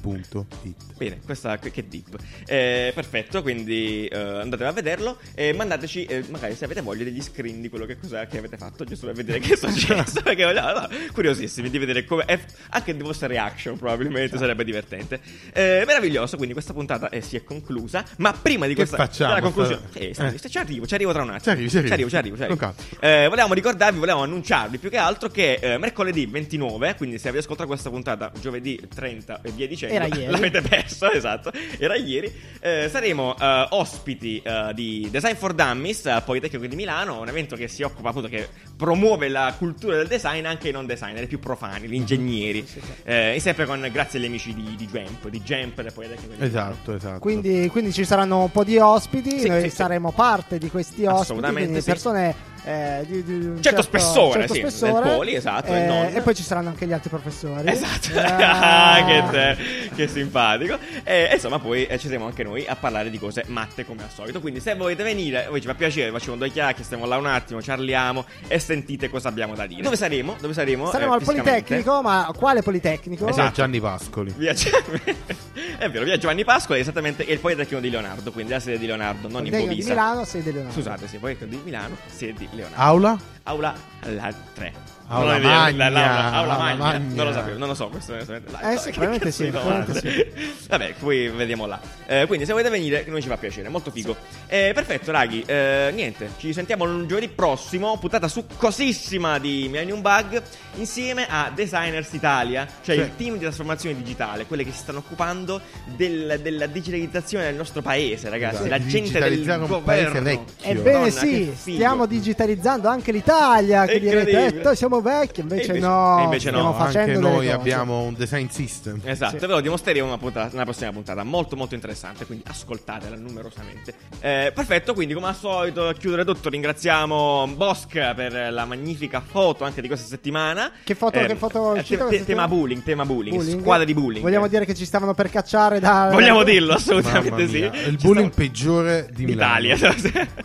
C: design.it.
A: Bene, questa che, che dip. Eh, perfetto, quindi eh, andatelo a vederlo e mandateci eh, magari se avete voglia degli screen di quello che, cosa, che avete fatto, giusto per vedere che è successo. perché vogliamo, no, curiosissimi di vedere come... eh, anche le vostre reaction
C: Certo.
A: probabilmente sarebbe divertente. Eh, meraviglioso, quindi questa puntata eh, si è conclusa, ma prima di
C: Che
A: questa...
C: facciamo?
A: della conclusione...
C: Sta-
A: Eh, sta-
C: eh.
A: sta- ci arrivo, ci arrivo tra un attimo.
C: Ci arrivi, ci arrivi.
A: Ci arrivo, ci arrivo.
C: Con
A: Eh, volevamo ricordarvi, volevamo annunciarvi più che altro che eh, mercoledì 29, quindi se avete ascoltato questa puntata giovedì 30 e via dicendo,
B: Era ieri.
A: l'avete perso, esatto, era ieri, eh, saremo eh, ospiti eh, di Design for Dummies a Politecnico di Milano, un evento che si occupa appunto che promuove la cultura del design anche ai non designer, i più profani, gli ingegneri. Eh, e sempre con grazie agli amici di, di Jump, di Jump del Politecnico di Milano.
C: Esatto, esatto.
B: Quindi, quindi ci saranno un po' di ospiti,
A: Sì,
B: noi
A: sì, sì.
B: saremo parte di questi ospiti,
A: Assolutamente
B: quindi
A: sì.
B: persone eh, di, di un
A: Certo spessore,
B: certo
A: sì, del
B: spessore,
A: poli, esatto,
B: eh,
A: e non.
B: e poi ci saranno anche gli altri professori.
A: Esatto,
B: Ah.
A: che, te- che simpatico. E e insomma, poi eh, ci saremo anche noi a parlare di cose matte come al solito. Quindi, se volete venire, voi ci fa piacere, facciamo due chiacchiere, stiamo là un attimo, parliamo e sentite cosa abbiamo da dire. Dove saremo? Dove saremo?
B: Saremo
A: eh,
B: al
A: fisicamente?
B: Politecnico, ma quale Politecnico?
C: Sì,
A: Esatto.
C: Gianni Pascoli.
A: Via, è vero, via Giovanni Pascola, esattamente, e il Politecnico di Leonardo, quindi la sede di Leonardo, non
B: Politecnico di
A: improvvisa.
B: Milano, sede Leonardo.
A: Scusate, sì, Politecnico di Milano, sede di Leonardo.
C: Aula?
A: Aula alla 3. Non ho
C: Aula
A: idea, la-
C: magna,
A: l'aula- aula
C: aula
A: magna.
C: magna.
A: Non lo sapevo, non lo so. Questo, onestamente. La-
B: Eh,
A: no,
B: sì,
A: che
B: probabilmente
A: cazzo
B: sì,
A: di
B: probabilmente
A: domande? Vabbè, poi vediamo là. Eh, quindi, se volete venire, noi ci fa piacere, molto figo. Eh, perfetto, raghi. eh, niente, ci sentiamo il giovedì prossimo. Puntata succosissima di Millennium Bug insieme a Designers Italia, cioè
C: Sì.
A: il team di trasformazione digitale, quelle che si stanno occupando del- della digitalizzazione del nostro paese, ragazzi.
C: Esatto.
A: La gente del
C: Digitalizzare un paese
A: governo.
C: vecchio.
B: Ebbene
A: Madonna,
B: sì,
A: che figo.
B: stiamo digitalizzando anche l'Italia. Che direte,
A: Incredibile.
B: eh, noi siamo vecchi, invece,
A: E invece-
B: no.
A: e invece no,
B: stiamo
C: Anche
B: facendo delle
C: noi
B: cose.
C: abbiamo un design system.
A: Esatto,
B: Sì.
A: ve lo dimostreremo una, puntata- nella prossima puntata, molto molto interessante, quindi ascoltatela numerosamente. Eh, perfetto, quindi come al solito a chiudere tutto ringraziamo Bosch per la magnifica foto anche di questa settimana.
B: Che foto- che foto è
A: eh,
B: uscita
A: te-
B: questa
A: te-
B: settimana?
A: tema bullying, tema bullying,
B: Bullying.
A: squadra di bullying.
B: Vogliamo dire che ci stavano per cacciare da.
A: Vogliamo dirlo,
C: Mamma
A: assolutamente sì.
C: mia, Il
A: Ci
C: bullying
A: stavo-
C: peggiore di Milano.
A: Italia.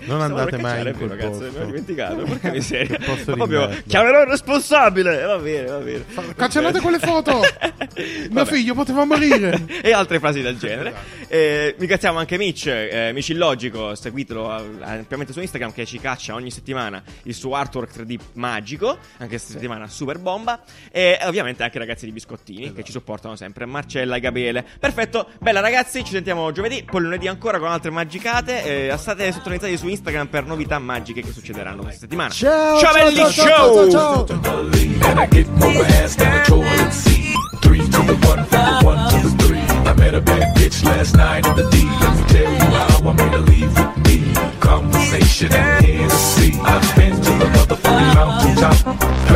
C: Non
A: Stavo
C: andate
A: per
C: mai
A: cacciare,
C: in quel
A: vero, cazzo,
C: posto.
A: Mi ho dimenticato, porca miseria.
C: Che posto
A: Ma
C: di
A: proprio
C: merda.
A: chiamerò il responsabile. Va bene, va bene.
C: Cancellate quelle foto! Mio
A: Vabbè.
C: figlio poteva morire!
A: e altre frasi del genere.
B: Esatto.
A: Eh, ringraziamo anche Mitch, eh, Mitch Illogico, seguitelo a- ampiamente su Instagram che ci caccia ogni settimana il suo artwork 3D magico, anche questa settimana super bomba. E ovviamente anche i ragazzi di Biscottini
B: Esatto.
A: che ci supportano sempre, Marcella e Gabriele. Perfetto, bella ragazzi, ci sentiamo giovedì, poi lunedì ancora con altre magicate. Eh, state sintonizzati su Instagram per novità magiche che succederanno questa settimana.
B: Ciao,
A: Ciao,
B: ciao, ciao, ciao, ciao, ciao, ciao.
D: believe, and I get more ass than a toilet seat. Three to the one, from the one to the three. I met a bad bitch last night at the D. Let me tell you how I made her leave with me. Conversation and Hennessy. I've been to the motherfucking mountaintop. Her